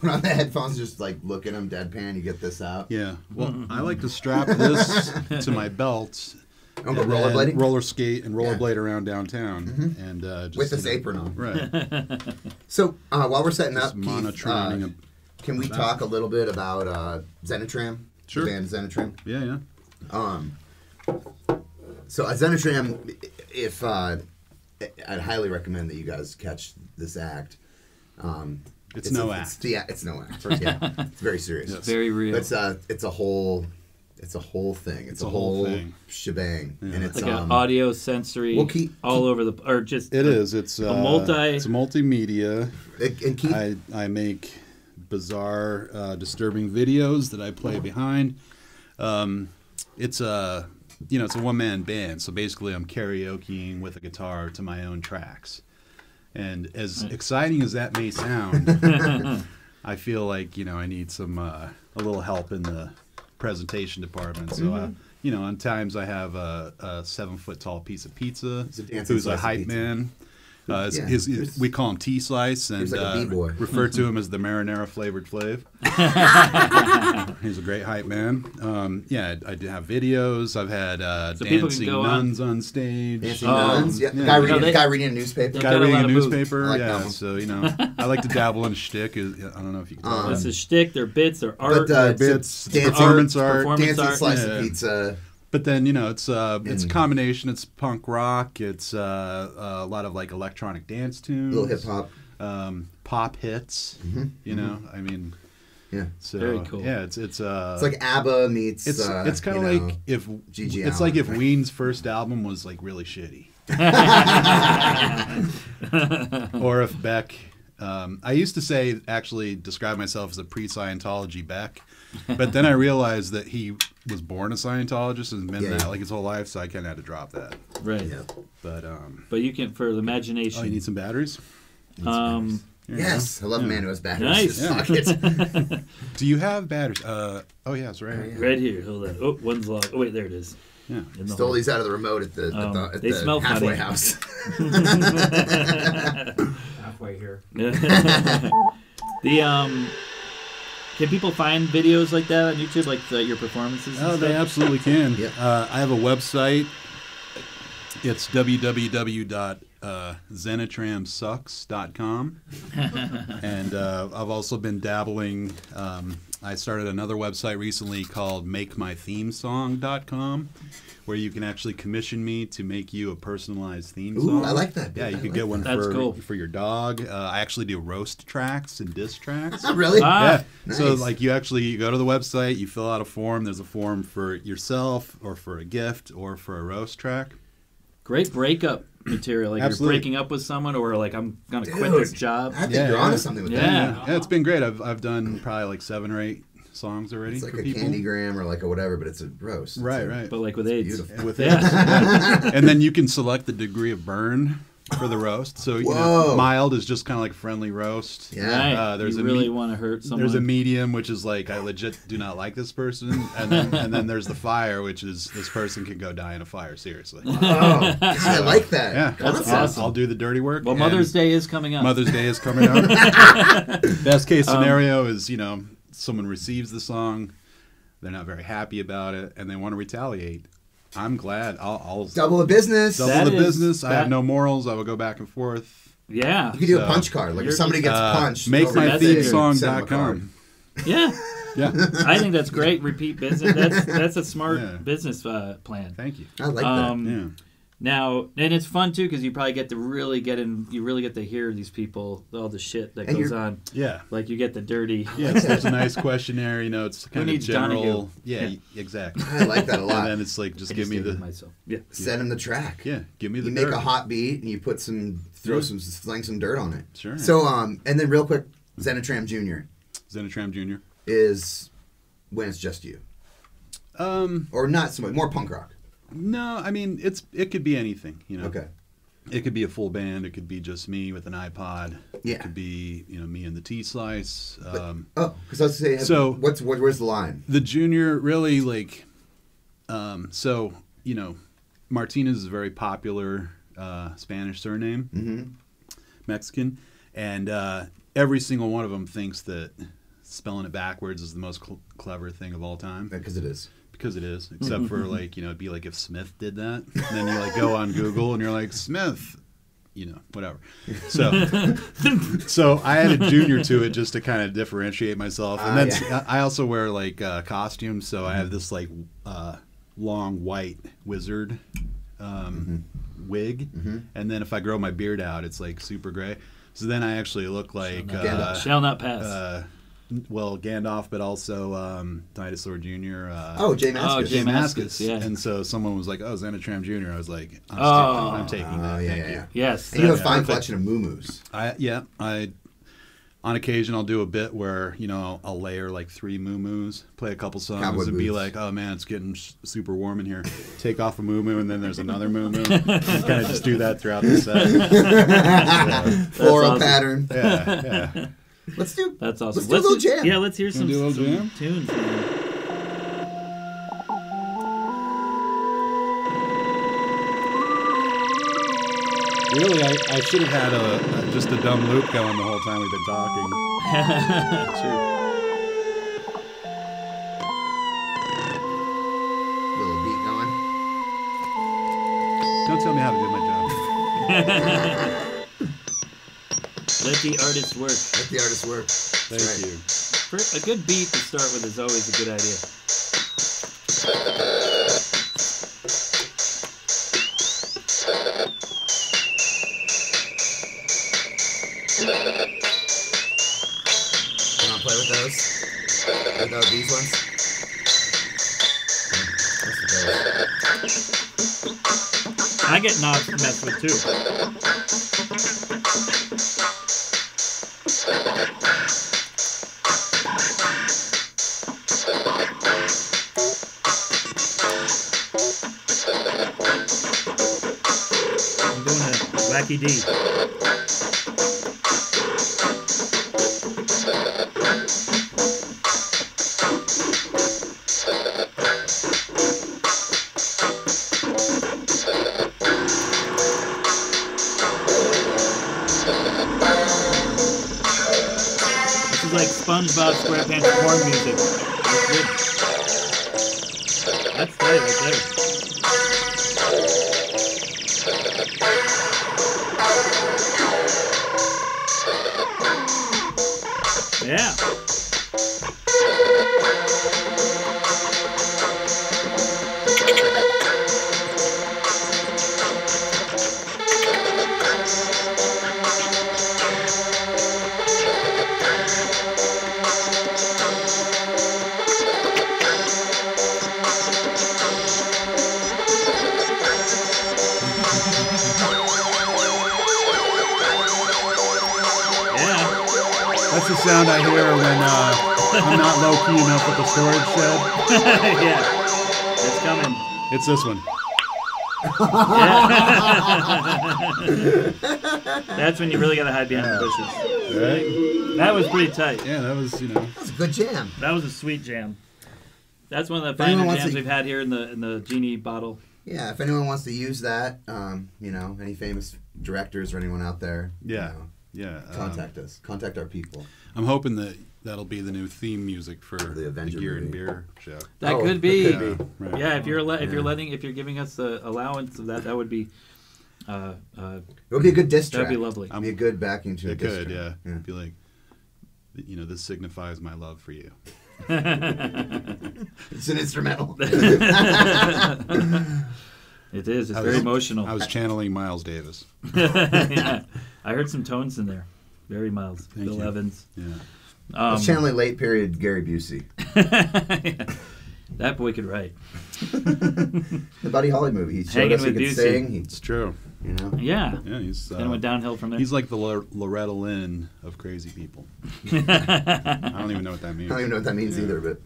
B: put on the headphones, just like look at them deadpan. You get this out.
C: Yeah. Well, I like to strap this to my belt.
B: Oh, but
C: and then
B: rollerblading
C: roller skate and
B: Yeah. Mm-hmm.
C: rollerblade around downtown, and uh, just,
B: with this
C: you know,
B: apron on.
C: Right.
B: So uh, while we're setting up,
C: Just
B: Keith, uh,
C: monotroning. a-
B: can we talk a little bit about uh, Zenitram?
C: Sure.
B: The band Zenitram.
C: yeah, yeah.
B: Um, so at Zenitram, if uh, I'd highly recommend that you guys catch this act. Um,
C: It's no
B: a-
C: act.
B: It's, yeah, it's no act. First, yeah, it's very serious.
C: Yes.
A: Very real.
B: It's a it's a whole it's a whole thing. It's,
C: a
B: a,
C: whole
B: whole
C: thing.
B: shebang, and it's
A: like
B: um,
A: an audio sensory
B: well, keep-
A: all over the or just
C: It is. It's uh,
A: multi-
C: It's multimedia.
B: it- and Keith,
C: I I make bizarre, uh, disturbing videos that I play behind. Um, it's a you know it's a one man band, so basically I'm karaokeing with a guitar to my own tracks. And as exciting as that may sound, I feel like you know I need some uh, a little help in the presentation department. So uh, you know, on times I have a, a seven foot tall piece of pizza,
B: a dancing
C: who's
B: slice
C: a
B: of
C: hype
B: pizza.
C: man. Uh, his-
B: Yeah,
C: his-
B: there's-
C: we call him T Slice, and
B: He's like a
C: uh,
B: B-boy. Mm-hmm.
C: refer to him as the marinara flavored Flav. He's a great hype man. Um, yeah, I, I do have videos. I've had uh,
A: So people can
C: dancing
A: go on-
C: nuns on, stage. Um,
B: Dancing
A: Oh,
B: Nuns, yeah, the
C: yeah.
B: guy
C: No,
B: reading
A: they-
B: the guy reading a newspaper.
A: they
C: Guy
A: got a
C: reading
A: lot
C: a
A: of moves.
C: newspaper.
B: I like that
C: yeah,
B: one.
C: so you know, I like to dabble in shtick. is- I don't know if you can tell.
B: Um,
A: this is shtick, their bits, their art.
B: but uh,
C: Bits, it's
B: dancing,
C: performance
A: art,
C: art,
A: performance
B: dancing
A: art.
B: slice
C: Yeah.
B: of pizza.
C: But then you know, it's uh, it's a
B: And-
C: combination. It's punk rock. It's uh, a lot of like electronic dance tunes,
B: little hip hop. Mm-hmm.
C: um, pop hits. You know, I mean,
B: Yeah,
C: so
A: Very cool.
C: yeah, it's it's uh,
B: it's like ABBA meets.
C: it's
B: uh,
C: it's kind of
B: you know,
C: like if
B: G.G.
C: it's like
B: Allin,
C: if
B: right?
C: Ween's first album was like really shitty, or if Beck. Um, I used to say actually describe myself as a pre-Scientology Beck, but then I realized that he was born a Scientologist and been
B: Yeah,
C: that
B: yeah.
C: like his whole life, so I kind of had to drop that.
A: right.
B: yeah.
C: But um,
A: But you can for the imagination.
C: oh, you need some batteries.
A: um,
C: Here you
B: Yes, I love a man who has
A: Nice.
B: batteries. in his pockets.
C: go. Do you have batteries? Uh, oh yeah, it's right. here.
B: yeah.
A: right here. Hold on. Oh, one's locked. Oh wait, there it is.
C: Yeah.
A: In the
B: Stole
A: hole.
B: these out of the remote at the,
A: Um,
B: at the, at
A: they
B: the
A: smell
B: halfway
A: funny.
B: house.
D: halfway here.
A: the um, can people find videos like that on YouTube, like the, your performances? And
C: Oh, they
A: stuff?
C: absolutely can.
B: Yep.
C: Uh, I have a website. It's uh, www.zenitramsucks.com. and uh, I've also been dabbling. Um, I started another website recently called makemythemesong.com where you can actually commission me to make you a personalized theme
B: Ooh,
C: song.
B: I like that.
C: Yeah,
B: I
C: you could
B: like
C: get one
A: That's
C: for,
A: cool.
C: for your dog. Uh, I actually do roast tracks and diss tracks
B: Oh, really?
A: Ah.
C: yeah. So
B: nice.
C: like you actually you go to the website, you fill out a form. There's a form for yourself, or for a gift, or for a roast track.
A: Great breakup material. Like
C: Absolutely.
A: you're breaking up with someone, or like I'm gonna quit
B: Dude.
A: this job.
B: I think
C: Yeah,
B: you're onto
C: yeah.
B: something with
A: Yeah.
B: that.
C: yeah, it's been great. I've I've done probably like seven or eight songs already
B: It's like
C: for
B: a
C: people.
B: candy gram or like a whatever, but it's a roast. It's
C: Right,
B: a-
C: right.
A: But like with AIDS,
B: beautiful.
C: With
A: Yeah.
C: it. and then you can select the degree of burn for the roast. So you know,
B: Whoa.
C: mild is just kind of like friendly roast.
B: Yeah.
A: right?
C: Uh, there's
A: you
C: a
A: really
C: meat-
A: want to hurt someone.
C: There's a medium, which is like I legit do not like this person, and then and then there's the fire, which is this person could go die in a fire. Seriously, yeah,
B: Oh, God, I like that.
A: That's
B: concept.
A: awesome.
C: I'll do the dirty work.
A: well,
C: and
A: Mother's Day Um, is coming up.
C: Mother's Day is coming up. Best case scenario is you know someone receives the song, they're not very happy about it, and they want to retaliate. I'm glad. I'll, I'll double,
B: Double the business.
A: That
C: the
A: is-
C: business. I have
A: that-
C: no morals. I will go back and forth.
A: Yeah,
B: You could do
C: So,
B: a punch card. Like if
A: you're-
B: somebody gets
C: Uh,
B: punched,
C: make
B: over
C: my
B: the
A: that's
C: theme
B: thing,
C: song
B: send them
C: dot
B: a card.
C: com.
A: yeah.
C: Yeah,
A: I think that's great. Repeat business. That's that's a smart
C: Yeah.
A: business uh, plan.
C: thank you.
B: I like
A: Um,
C: Yeah.
A: Now, and it's fun too because you probably get to really get in. You really get to hear these people, all the shit that
B: And
A: goes
B: you're-
A: on.
C: Yeah.
A: Like you get the dirty.
C: Yeah, it's, there's a nice questionnaire. You know, it's kind of
A: needs
C: general.
A: Donahue?
C: Yeah,
A: Yeah.
C: y- exactly.
B: that. I like that a
C: and
B: lot.
C: then it's like, just
A: I
C: give
A: just
C: me
A: dated
C: the
A: myself. Yeah.
B: Send them the track.
C: yeah, give me the.
B: You make a
C: dirt.
B: hot beat and you put some, throw
C: Yeah.
B: some, sling some dirt on it.
C: Sure.
B: So um, and then real quick, Zenitram Jr.
C: Zenitram Jr.
B: is when it's just you,
C: Um,
B: or not so much more punk rock.
C: no, I mean it's it could be anything. You know,
B: Okay.
C: It could be a full band. It could be just me with an iPod. It
B: Yeah.
C: could be you know me and the T Slice. Um,
B: Oh, because I was saying,
C: So-
B: so what's what, where's the line?
C: the junior really like um so you know martinez is a very popular uh spanish surname
B: Mm-hmm.
C: mexican and uh every single one of them thinks that spelling it backwards is the most cl- clever thing of all time
B: Because it is.
C: because it is except for like you know it'd be like if smith did that and then you like go on google and you're like smith you know whatever so so I added junior to it just to kind of differentiate myself. And
B: Ah,
C: that's I I also wear like uh, costumes, so I have this like uh, long white wizard um, wig, and then if I grow my beard out, it's like super gray. So then I actually look like uh,
B: Gandalf.
A: Shall not pass.
C: uh, well Gandalf, but also um, Dinosaur Jr. Uh,
B: Oh, Jay Maskus.
A: Oh, Jay
C: Jim Askus.
A: Maskus, yeah.
C: And so someone was like, "Oh, Zenitram Jr." I was like, "I'm,
A: Oh.
C: taking, I'm taking that.
B: Oh, yeah,
C: Thank
B: yeah,
C: you."
B: yeah.
A: yes.
B: And you have
A: that's
B: a fine
A: perfect.
B: collection of moo-moos.
C: I yeah I on occasion I'll do a bit where you know I'll layer like three moo-moos, play a couple songs,
B: Cowboy
C: and be
B: boots.
C: like, oh man, it's getting s- super warm in here. Take off a moo-moo, and then there's another moo-moo. kind of just do that throughout the set.
B: Floral
A: awesome.
B: pattern.
C: Yeah, yeah.
B: Let's do.
A: That's awesome.
B: Let's do a little jam.
A: Yeah, let's hear some,
C: do a little
A: some
C: jam?
A: tunes. man.
C: Really, I, I should have had a, a just a dumb loop going the whole time we've been talking. Sure.
B: Little beat going.
C: Don't tell me how to do my job.
A: Let the artist work.
B: Let the artist work. That's
C: Thank
B: right.
C: you.
A: For a good beat to start with is always a good idea.
B: You want to play with those? With those, these ones? That's the best.
A: I get not messed with too.
E: I'm doing a wacky D.
A: This is like SpongeBob SquarePants porn music. It's good. That's tight right there. Yeah. Yeah.
C: That's the sound I hear when uh, I'm not low key enough with the storage shed.
D: yeah. It's coming.
C: It's this one.
D: That's when you really gotta hide behind the bushes.
C: Right?
D: That was pretty tight.
C: Yeah, that was you know.
B: That's a good jam.
D: That was a sweet jam.
A: That's one of
B: If
A: the
B: anyone
A: finer
B: wants
A: jams
B: to-
A: we've had here in the in the genie bottle.
B: Yeah, if anyone wants to use that, um, you know, any famous directors or anyone out there, you
C: Yeah.
B: know,
C: Yeah. um,
B: contact us. Contact our people.
C: I'm hoping that that'll be the new theme music for the,
B: Avenger
C: Gear and
B: movie.
C: Beer show.
A: That
B: Oh,
A: could
B: it
A: be.
B: could be.
C: Right.
A: Yeah, if you're le- if you're
B: Yeah.
A: letting if you're giving us the allowance of that, that would be. Uh, uh,
B: It would be a good diss track.
A: that'd be lovely.
B: It'd be a good backing to a
C: It
B: diss
C: could, yeah.
B: track. yeah.
C: Be like, you know, this signifies my love for you.
B: It's an instrumental.
A: It is. It's
C: I
A: very
C: was-
A: emotional.
C: I was channeling Miles Davis.
A: yeah. I heard some tones in there. Very mild. Bill
C: you.
A: Evans.
C: Yeah.
A: Um,
B: It's channeling late period Gary Busey.
A: that boy could write.
B: The Buddy Holly movie. He showed
A: Hanging
B: us he
A: with
B: could
A: Busey.
B: sing. He,
C: It's true.
B: you know,
A: Yeah.
C: Yeah, he's
A: Then
C: uh,
A: went downhill from there.
C: he's like the Lor- Loretta Lynn of crazy people. I don't even know what that
B: I
C: means.
B: don't even know what that means
C: Yeah.
B: either, but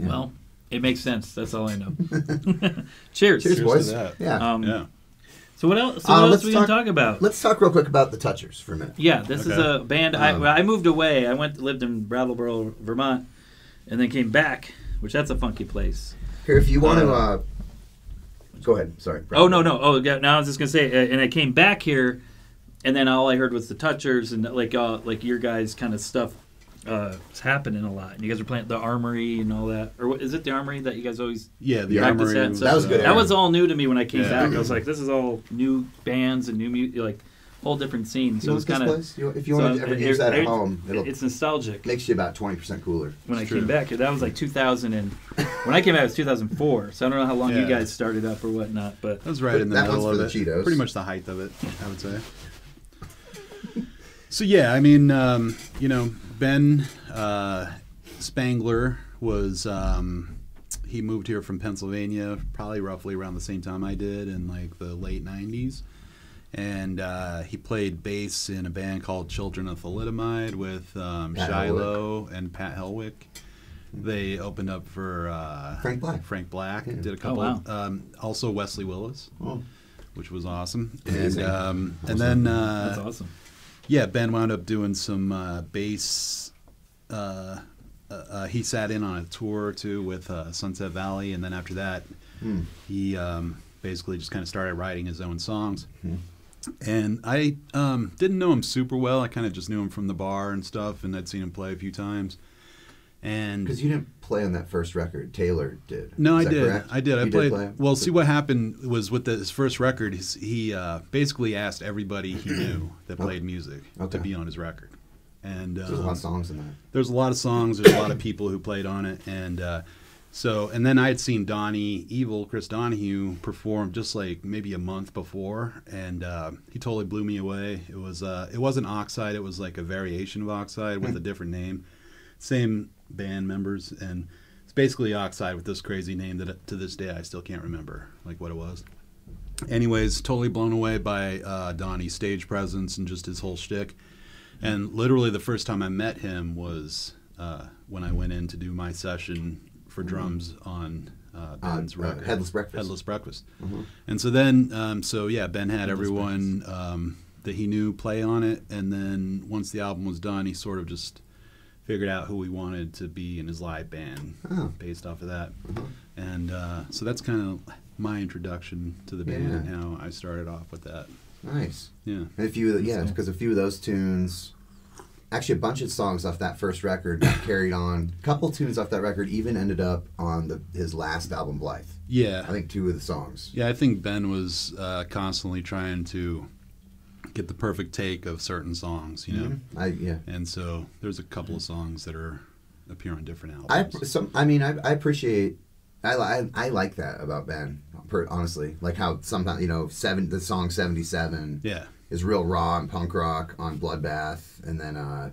A: Well, it makes sense. That's all I know. Cheers.
B: cheers,
C: to
B: boys.
C: that.
B: Yeah.
A: Um,
C: Yeah.
A: So what else? So
B: Uh,
A: what else
B: let's
A: are we gonna
B: talk-
A: talk about?
B: Let's talk real quick about the Touchers for a minute.
A: Yeah, this is
C: Okay.
A: a band.
B: Um,
A: I, I moved away. I went lived in Brattleboro, Vermont, and then came back, which that's a funky place.
B: Here, if you want to,
A: Uh,
B: uh, go ahead. Sorry.
A: Oh no no oh yeah. Now I was just gonna say, uh, and I came back here, and then all I heard was the touchers and like uh, like your guys kind of stuff uh, was happening a lot. And you guys were playing at the armory and all that, or what, is it the armory that you guys always?
C: Yeah, the
B: Yeah.
A: Practice
C: armory. uh,
A: that, so-
B: That was uh, good.
A: That was all new to me when I came
C: Yeah.
A: back. I was like, this is all new bands and new music, like whole different scenes.
B: So
A: So
B: you
A: it's
B: want this
A: kind of
B: place? You- if you want
A: so
B: to ever
A: it-
B: use that
A: it-
B: at home, it'll
A: it's nostalgic.
B: makes you about twenty percent cooler.
A: when I
C: It's
A: came
C: true.
A: back here. That was like 2000 and when I came out it was 2004. So I don't know how long you
C: Yeah.
A: guys started up or whatnot, but
C: That was right in the
B: That
C: middle
B: one's
C: of
B: for
C: it.
B: the Cheetos.
C: Pretty much the height of it, I would say. so yeah, I mean, um, you know, Ben uh, Spangler was um, he moved here from Pennsylvania, probably roughly around the same time I did, in like the late '90s. And uh, he played bass in a band called Children of Thalidomide with um,
B: Pat
C: Shiloh and Pat Helwick. They opened up for uh,
B: Frank Black.
C: Frank Black
B: Yeah.
C: did a couple.
A: Oh, wow.
C: um, also Wesley Willis
B: Oh.
C: which was awesome. And
B: Amazing.
C: um, and then uh,
A: that's awesome.
C: yeah, Ben wound up doing some uh, bass. Uh, uh, uh, he sat in on a tour too with uh, Sunset Valley, and then after that,
B: Hmm.
C: he um, basically just kind of started writing his own songs.
B: Hmm.
C: And I um, didn't know him super well. I kind of just knew him from the bar and stuff, and I'd seen him play a few times. And
B: Because you didn't play on that first record. Taylor did.
C: no,
B: Is
C: I
B: that
C: did.
B: correct?
C: I did. I
B: You
C: played.
B: play?
C: Well, see what happened was with his first record, he's, he uh, basically asked everybody he knew that played music
B: Okay.
C: to be on his record, and
B: There's a lot
C: um,
B: of songs in that.
C: there's a lot of songs. There's a lot of people who played on it, and uh, so and then I had seen Donnie Evil, Chris Donahue, perform just like maybe a month before, and uh, he totally blew me away. It was uh, it wasn't Oxide. It was like a variation of Oxide
B: Hmm.
C: with a different name same band members and it's basically oxide with this crazy name that to this day i still can't remember like what it was anyways totally blown away by uh, donnie's stage presence and just his whole shtick. and literally the first time i met him was uh, when i went in to do my session for drums on uh, ben's
B: uh,
C: record
B: Mm-hmm. Headless Breakfast. Mm-hmm.
C: headless breakfast and so then um, so yeah ben had everyone um, that he knew play on it and then once the album was done he sort of just figured out who he wanted to be in his live band
B: Oh. Uh-huh.
C: based off of that. And uh, so that's kind of my introduction to the band and
B: Yeah.
C: how I started off with that.
B: Nice.
C: Yeah.
B: And a few, of the, yeah, because a few of those tunes, actually a bunch of songs off that first record got carried on. A couple tunes off that record even ended up on the, his last album, Blythe.
C: Yeah.
B: I think two of the songs.
C: yeah, I think Ben was uh, constantly trying to get the perfect take of certain songs, you know?
B: Mm-hmm. I yeah.
C: And so there's a couple of songs that are appear on different
B: Mm-hmm. I
C: albums.
B: some I mean I, I appreciate I, li- I I like that about Ben per, honestly like how sometimes you know seven the song seventy seven
C: yeah.
B: is real raw and punk rock on Bloodbath and then uh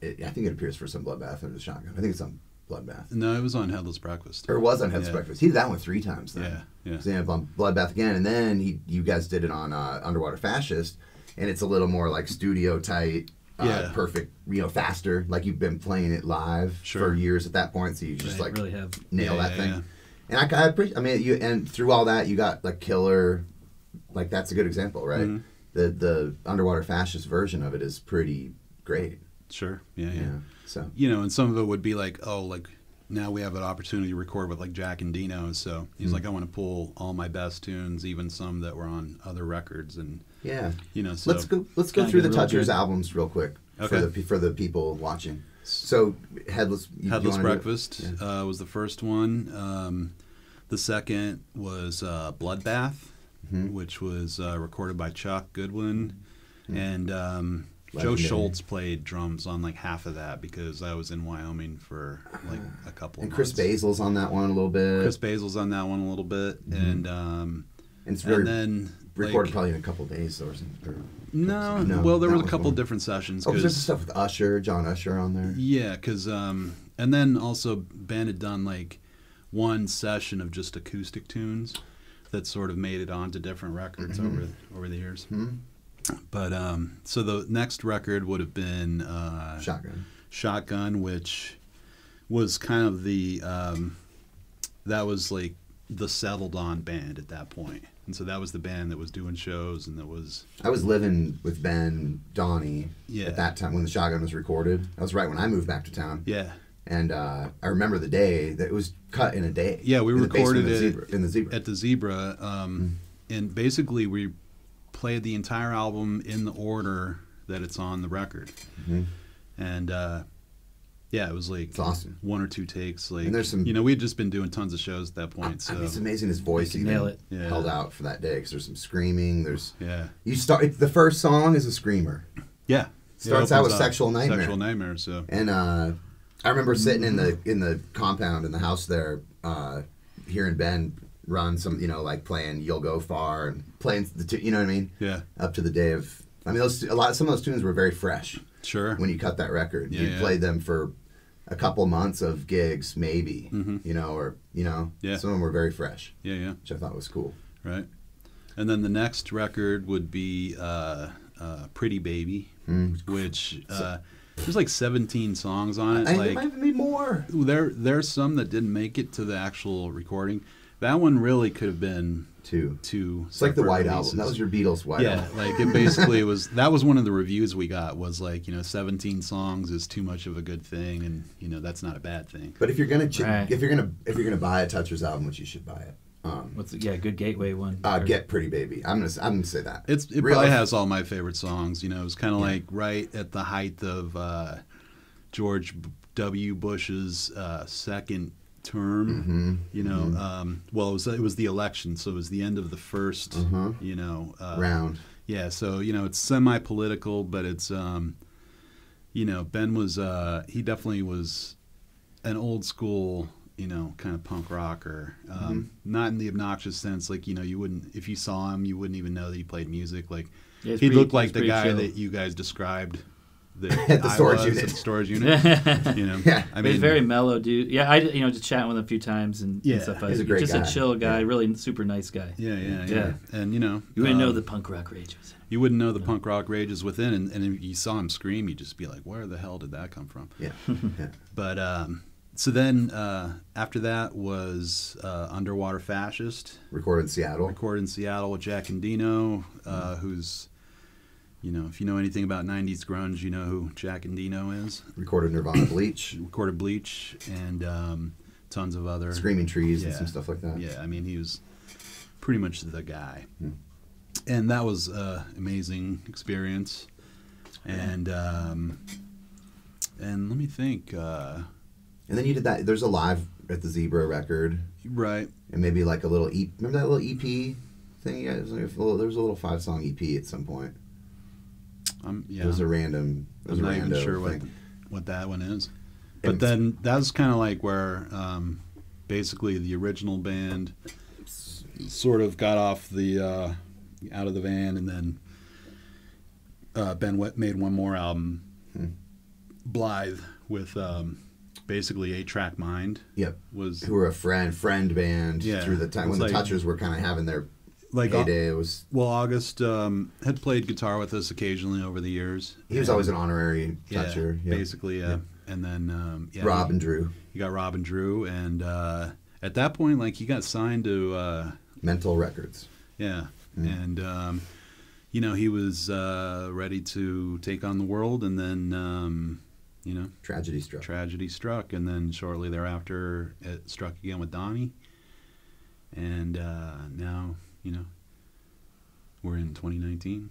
B: it, I think it appears for some Bloodbath under the Shotgun I think it's on Bloodbath
C: No, it was on Headless Breakfast.
B: or it was on Head's
C: Yeah.
B: Breakfast he did that one three times then
C: Yeah, yeah.
B: So, yeah, on Bloodbath again and then he you guys did it on uh, Underwater Fascist and it's a little more like studio tight uh,
C: Yeah.
B: perfect, you know, faster. Like you've been playing it live
C: Sure.
B: for years at that point, so you just
A: They
B: like
A: really have.
B: nail
C: Yeah,
B: that
C: yeah,
B: thing.
C: yeah.
B: And I, ca- I appreciate. I mean, you and through all that, you got like killer. Like that's a good example, right?
C: Mm-hmm.
B: The the underwater fascist version of it is pretty great.
C: Sure. Yeah, yeah.
B: Yeah. So
C: You know, and some of it would be like, oh, like now we have an opportunity to record with like Jack and Dino. So he's
B: Hmm.
C: like, I want to pull all my best tunes, even some that were on other records, and
B: yeah.
C: you know, so
B: let's go. Let's go
C: Kinda
B: through the
C: get real
B: Touchers
C: good.
B: albums real quick
C: Okay.
B: for the pe- for the people watching. So headless. you- you
C: Headless
B: wanna do it?
C: Breakfast uh, was the first one. Um, the second was uh, Bloodbath,
B: Mm-hmm.
C: which was uh, recorded by Chuck Goodwin. And um, Joe
B: Hmm. Legendary.
C: Schultz played drums on like half of that because I was in Wyoming for like a couple
B: And
C: of
B: Chris
C: months.
B: Basil's on that one a little bit.
C: Chris Basil's on that one a little bit. And, um,
B: and it's very
C: and then.
B: recorded
C: like,
B: probably in a couple days or something. or-
C: No,
B: No,
C: well, there
B: that
C: was a
B: was
C: couple
B: one.
C: different sessions.
B: Oh, 'cause there's
C: 'cause-
B: stuff with Usher, John Usher on there.
C: Yeah, because um, and then also band had done like one session of just acoustic tunes that sort of made it onto different records
B: Mm-hmm.
C: over over the years.
B: Hmm?
C: But um, so the next record would have been uh,
B: Shotgun.
C: Shotgun, which was kind of the um, that was like the settled on band at that point, and so that was the band that was doing shows and that was
B: I was living with Ben Donnie
C: Yeah.
B: at that time when the shotgun was recorded. That was right when I moved back to town.
C: yeah
B: And uh, I remember the day that it was cut in a day.
C: Yeah, we
B: in the basement of
C: recorded
B: the
C: it
B: zebra, in the zebra.
C: at the Zebra, um,
B: Mm.
C: and basically we played the entire album in the order that it's on the record, and uh, yeah, it was like
B: Mm-hmm. It's awesome.
C: one or two takes. Like
B: And there's some-
C: you know, we had just been doing tons of shows at that point, so
B: I mean, it's amazing his voice even
A: nail it.
C: uh, Yeah.
B: held out for that day because there's some screaming. There's
C: yeah,
B: you start it's- the first song is a screamer,
C: yeah. It
B: Starts out
C: opens
B: with Sexual Nightmare.
C: Sexual nightmare. So
B: and uh, I remember sitting in
C: Mm-hmm.
B: the in the compound in the house there, uh, hearing Ben run some you know like playing "You'll Go Far" and playing the two, you know what I mean?
C: yeah,
B: Up to the day of, I mean, those a lot some of those tunes were very fresh.
C: sure.
B: when you cut that record.
C: Yeah,
B: you
C: yeah.
B: played them for a couple months of gigs, maybe, you know, or, you know,
C: Mm-hmm. Yeah.
B: some of them were very fresh,
C: yeah, yeah.
B: which I thought was cool.
C: Right. And then the next record would be uh, uh, Pretty Baby,
B: Hmm.
C: which uh, there's like 17 songs on it.
B: I think there
C: like
B: might be more.
C: there there's some that didn't make it to the actual recording. That one really could have been
B: Two.
C: two.
B: It's like the
C: separate
B: White
C: releases.
B: Album. That was your Beatles White
C: yeah,
B: Album.
C: like it basically was. That was one of the reviews we got was like you know 17 songs is too much of a good thing, and you know that's not a bad thing.
B: But if you're gonna ch-
A: Right.
B: if you're gonna if you're gonna buy a Touchers album, which you should buy it, um,
A: What's yeah, good gateway one.
B: uh,
A: Or-
B: get Pretty Baby. I'm gonna s- I'm gonna say that.
C: It's it
B: Real
C: probably
B: life.
C: has all my favorite songs. You know, it was kind of like right at the height of uh, George W. Bush's uh, second term.
B: Mm-hmm.
C: You know, um, well, it was it was the election, so it was the end of the 1st You know, uh,
B: Mm-hmm. Uh-huh. round.
C: Yeah, so you know, it's semi-political, but it's um, you know, Ben was uh, he definitely was an old school, you know, kind of punk rocker. Um,
B: Mm-hmm.
C: Not in the obnoxious sense, like you know, you wouldn't if you saw him, you wouldn't even know that he played music. Like
A: Yeah,
C: he
A: it's pretty-
C: looked like
A: it's
C: the
A: pretty
C: guy
A: chill.
C: that you guys described. That
B: At the
C: I
B: storage
C: was
B: unit.
C: At the storage unit. you know,
B: Yeah.
C: I
A: He's
C: mean,
A: very mellow dude. Yeah, I you know just chatting with him a few times and, and
C: Yeah,
A: stuff.
B: he's a great
A: just
B: guy.
A: a chill guy, really super nice guy.
C: Yeah, yeah, yeah,
A: Yeah.
C: And you know,
A: You wouldn't
C: um,
A: know the punk rock rage was. in him.
C: you wouldn't know the punk rock rage is within, and, and if you saw him scream, you'd just be like, "Where the hell did that come from?"
B: Yeah. yeah.
C: But um, so then uh, after that was uh, Underwater Fascist,
B: Recorded in Seattle.
C: recorded in Seattle with Jack and Dino, uh, who's, you know, if you know anything about 90s grunge, you know who Jack and Dino is.
B: Recorded Nirvana Bleach,
C: Recorded Bleach and um, tons of other.
B: Mm-hmm. Screaming Trees, and
C: Yeah.
B: some stuff like that.
C: Yeah, I mean, he was pretty much the guy. And that was an amazing experience. And, um, and let me think. Uh,
B: And then you did that. There's a live at the Zebra record.
C: right.
B: and maybe like a little EP. Remember that little EP thing? Yeah, it was like a little, there was a little five song EP at some point.
C: I'm, yeah.
B: It was a random. It was
C: I'm
B: a
C: not even
B: random
C: sure what,
B: thing.
C: what that one is.
B: And-
C: But then that's kind of like where um, basically the original band sort of got off the uh, out of the van, and then uh, Ben Wet made one more album,
B: Hmm.
C: Blythe, with um, basically a track mind.
B: Yep.
C: Was
B: Who were a friend friend band
C: Yeah,
B: through the time
C: it
B: when
C: was
B: the
C: like-
B: Touchers were kind of having their
C: like uh,
B: Heyday was
C: well, August um, had played guitar with us occasionally over the years.
B: he was always an honorary
C: yeah,
B: toucher. Yeah.
C: basically, yeah. And then um, yeah,
B: Rob
C: he-
B: and Drew,
C: You got Rob and Drew, and uh, at that point, like he got signed to, uh,
B: Mental Records.
C: yeah, and um, you know he was uh, ready to take on the world, and then um, you know
B: Tragedy struck.
C: tragedy struck, and then shortly thereafter it struck again with Donnie, and uh, now you know we're in 2019.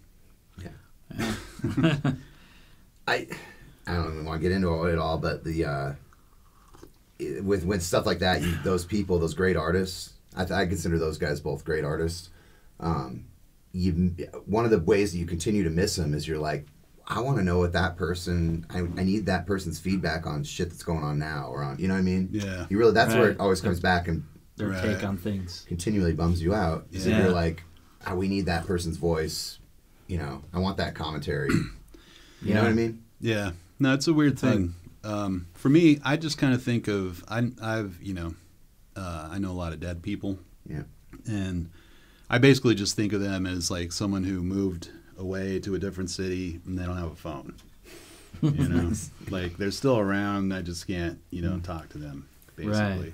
B: I I don't even want to get into it at all, but the uh, it- with with stuff like that, you, those people, those great artists, I, th- I consider those guys both great artists. Um, you one of the ways that you continue to miss them is you're like, I want to know what that person. I, I need that person's feedback on shit that's going on now, or on you know what I mean?
C: Yeah.
B: You really that's where it
D: Right.
B: always comes back and
D: Their
C: Right.
D: take on things.
B: continually bums you out. So
C: Yeah.
B: you're like, ah, we need that person's voice. You know, I want that commentary. you know what I mean?
C: Yeah, no, it's a weird thing. Um, for me, I just kind of think of I, I've you know uh, I know a lot of dead people,
B: Yeah.
C: and I basically just think of them as like someone who moved away to a different city and they don't have a phone. You know, like they're still around. I just can't you
D: Mm-hmm.
C: know talk to them basically.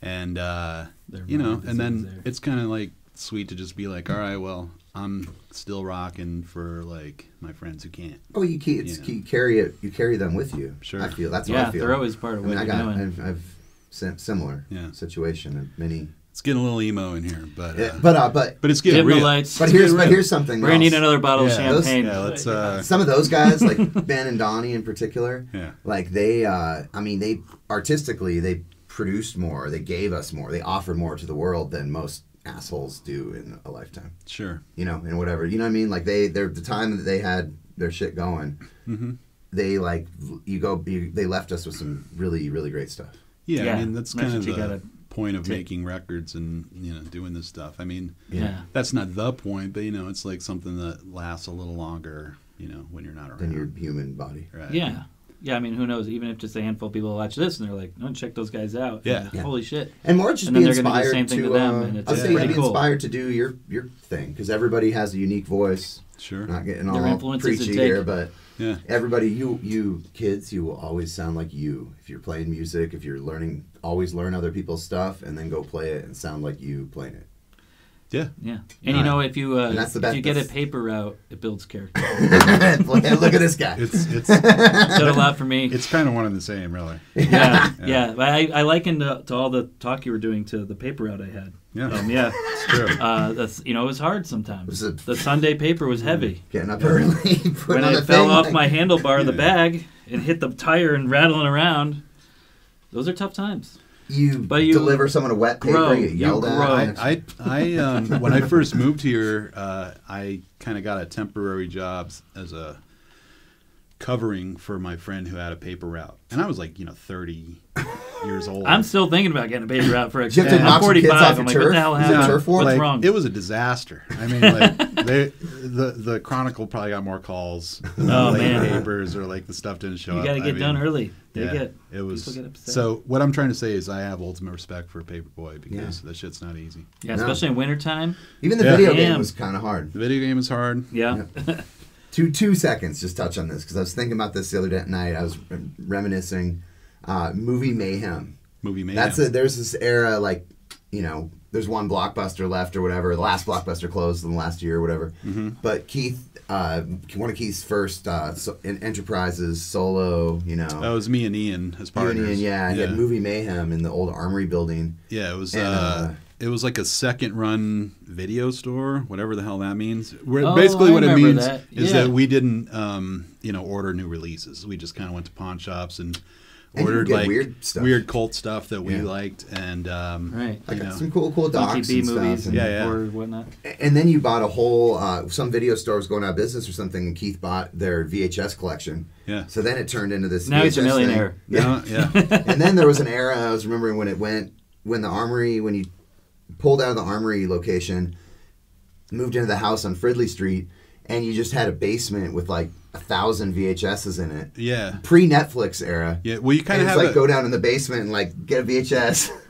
C: And uh,
D: Their
C: you know,
D: mind is
C: and then
D: always there.
C: it's kind of like sweet to just be like, all right, well, I'm still rocking for like my friends who can't.
B: Oh, you, ca- it's,
C: Yeah.
B: you carry it. You carry them with you.
C: Sure.
B: I feel that's what
D: Yeah,
B: I feel.
D: they're always part of
B: I mean,
D: what
B: I
D: you're
B: got.
D: doing.
B: I've, I've sim- similar
C: Yeah.
B: situation of many.
C: It's getting a little emo in here, but uh,
B: but uh, but
C: But it's
D: Dim
C: getting
D: the
C: real.
D: lights.
B: but here's but here's something.
D: We're gonna need
B: else.
D: another bottle
C: Yeah,
D: of
B: those-
D: champagne.
C: Yeah, let's. Uh,
B: Some of those guys, like Ben and Donnie in particular,
C: Yeah.
B: like they, uh, I mean, they artistically they produced more, they gave us more, they offered more to the world than most assholes do in a lifetime.
C: sure.
B: you know, and whatever. You know what I mean? Like they, they're the time that they had their shit going.
C: Mm-hmm.
B: They like you go. You, they left us with some really, really great stuff.
C: Yeah,
D: Yeah,
C: I mean that's
D: that's
C: kind
D: what
C: of
D: you
C: the
D: gotta
C: point of
D: take.
C: making records and you know doing this stuff. I mean,
D: Yeah.
C: that's not the point, but you know, it's like something that lasts a little longer. You know, when you're not around.
B: Than your human body.
C: right.
D: Yeah. Yeah, I mean, who knows? Even if just a handful of people watch this and they're like, "No, check those guys out."
C: Yeah.
D: And, Holy shit.
B: And more just
D: And then
B: be
D: they're gonna do the
B: inspired
D: same
B: to.
D: thing to them,
B: uh,
D: and it's
B: I was saying,
D: pretty
B: be
D: cool.
B: inspired to do your your thing because everybody has a unique voice.
C: Sure.
B: Not getting
D: Their
B: all
D: influences to
B: preachy
D: take.
B: here, but
C: Yeah.
B: everybody, you you kids, you will always sound like you if you're playing music. If you're learning, always learn other people's stuff and then go play it and sound like you playing it.
C: Yeah.
D: Yeah. And you know, if you uh,
B: And that's the
D: if
B: best-
D: you get a
B: that's-
D: paper route, it builds character.
B: Look at this guy.
C: It's it's
D: Did a lot for me.
C: it's kind of one and the same, really.
D: yeah, yeah. But I, I likened uh, to all the talk you were doing to the paper route I had.
C: Yeah.
D: Um, yeah.
C: It's true.
D: Uh, that's you know, it was hard sometimes.
B: It was a-
D: The Sunday paper was heavy.
B: Getting up early.
D: When
B: putting on
D: I
B: the
D: fell
B: thing,
D: off
B: like-
D: my handlebar of the
C: Mm. Yeah.
D: bag and hit the tire and rattling around, those are tough times.
B: you,
D: But you
B: deliver someone a wet paper,
D: grow.
B: you get yelled
D: You
B: at.
D: grow.
B: I-
C: I I um, when I first moved here, uh, I kind of got a temporary job s- as a covering for my friend who had a paper route, and I was like, you know, thirty years old.
D: I'm still thinking about getting a paper route for
B: you have to
D: extension. I'm
B: knock some kids
D: 45.
B: off
D: I'm
B: your
D: like, what
B: turf?
D: the hell
B: Is it
D: happened?
B: turf war?
D: What's
C: like,
D: wrong?
C: It was a disaster. I mean, like they, the the Chronicle probably got more calls. Than the
D: Oh,
C: late
D: man.
C: papers or like the stuff didn't show
D: you
C: up.
D: got to
C: I
D: get done
C: mean,
D: early. They
C: yeah,
D: get
C: it was
D: people get upset.
C: so. What I'm trying to say is, I have ultimate respect for Paperboy because that shit's not easy.
D: yeah,
B: No.
D: especially in wintertime.
B: Even the
C: Yeah.
B: video game
D: Damn.
B: was kind of hard.
C: The video game is hard.
D: Yeah.
B: Two two seconds, just touch on this because I was thinking about this the other day, night. I was reminiscing. Uh, movie mayhem.
C: Movie made.
B: That's a, there's this era like, you know, there's one blockbuster left or whatever. The last blockbuster closed in the last year or whatever.
C: Mm-hmm.
B: But Keith, uh, one of Keith's first uh, so, in enterprises, solo, you know,
C: That was me and Ian as Oh, partners.
B: Union, yeah, and
C: yeah.
B: you had movie mayhem in the old Armory building.
C: Yeah, it was.
B: and,
C: uh,
B: uh,
C: it was like a second run video store, whatever the hell that means. Where
D: Oh,
C: basically
D: I
C: what it
D: remember
C: means
D: that.
C: is
D: Yeah.
C: that we didn't, um, you know, order new releases. We just kind of went to pawn shops and
B: And you
C: ordered
B: get
C: like
B: weird stuff.
C: cult stuff that we
B: Yeah.
C: liked, and um,
D: Right. E
B: Like
C: You know.
B: some cool, cool docs
D: B
B: and stuff.
D: movies
B: and,
C: Yeah, yeah.
D: or whatnot.
B: and then you bought a whole. Uh, some video store was going out of business or something, and Keith bought their VHS collection.
C: Yeah.
B: So then it turned into this.
D: Now he's a
B: VHS thing.
D: millionaire.
B: Yeah.
C: no, yeah,
B: and then there was an era. I was remembering when it went when the armory when you pulled out of the armory location, moved into the house on Fridley Street, and you just had a basement with like a thousand VHSs in it.
C: Yeah.
B: Pre Netflix era.
C: Yeah. Well, you kind
B: And
C: of
B: it's
C: have
B: like
C: a-
B: go down in the basement and like get a VHS.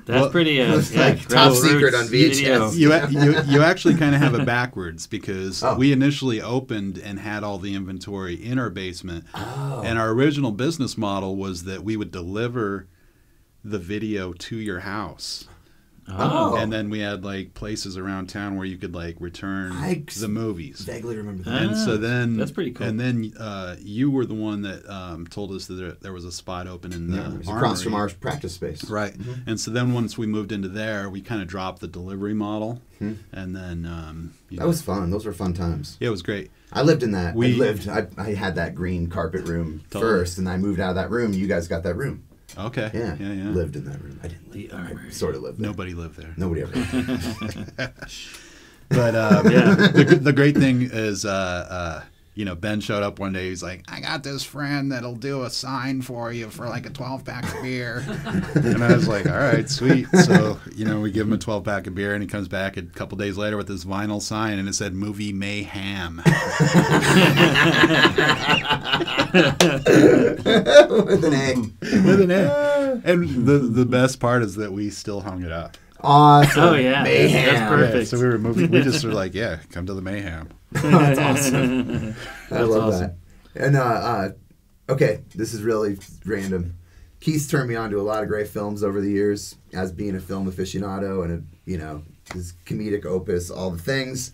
D: That's
C: Well,
D: pretty. Uh,
B: it's
D: yeah,
B: like
D: grassroots
B: top secret on VHS.
D: video.
C: you, a- you, you actually kind of have it backwards because
B: Oh.
C: we initially opened and had all the inventory in our basement.
B: Oh.
C: And our original business model was that we would deliver the video to your house.
B: Oh.
C: And then we had like places around town where you could like return
B: Yikes.
C: the movies.
B: Vaguely remember that.
C: And so then
D: that's pretty cool.
C: And then uh, you were the one that um, told us that there, there was a spot open in the
B: Yeah, it was across from
C: armory.
B: our practice space.
C: Right.
B: Mm-hmm.
C: And so then once we moved into there, we kind of dropped the delivery model. And then, um, you
B: Hmm. That was fun. Those were fun times.
C: yeah, it was great.
B: I lived in that.
C: We-
B: I lived. I, I had that green carpet room
C: Totally.
B: first, and I moved out of that room. You guys got that room.
C: Okay.
B: Yeah.
C: Yeah. yeah.
B: Lived in that room. I didn't
D: The
B: live. I
D: armory.
B: sort of lived. there.
C: Nobody lived there.
B: Nobody ever.
C: But um,
D: Yeah.
C: the, the great thing is, uh, uh, you know, Ben showed up one day. He's like, I got this friend that'll do a sign for you for like a 12 pack of beer. and I was like, all right, sweet. So, you know, we give him a 12 pack of beer and he comes back a couple days later with this vinyl sign and it said movie mayhem.
B: With an A.
C: with an A. And the, the best part is that we still hung it up.
B: Awesome.
D: Oh yeah,
B: Mayhem.
D: that's perfect.
C: Yeah, so we were moving. We just were like, yeah, come to the mayhem.
B: That's awesome. I love
D: awesome.
B: that. And uh, uh, okay, this is really random. Keith's turned me on to a lot of great films over the years, as being a film aficionado and a you know his comedic opus, all the things.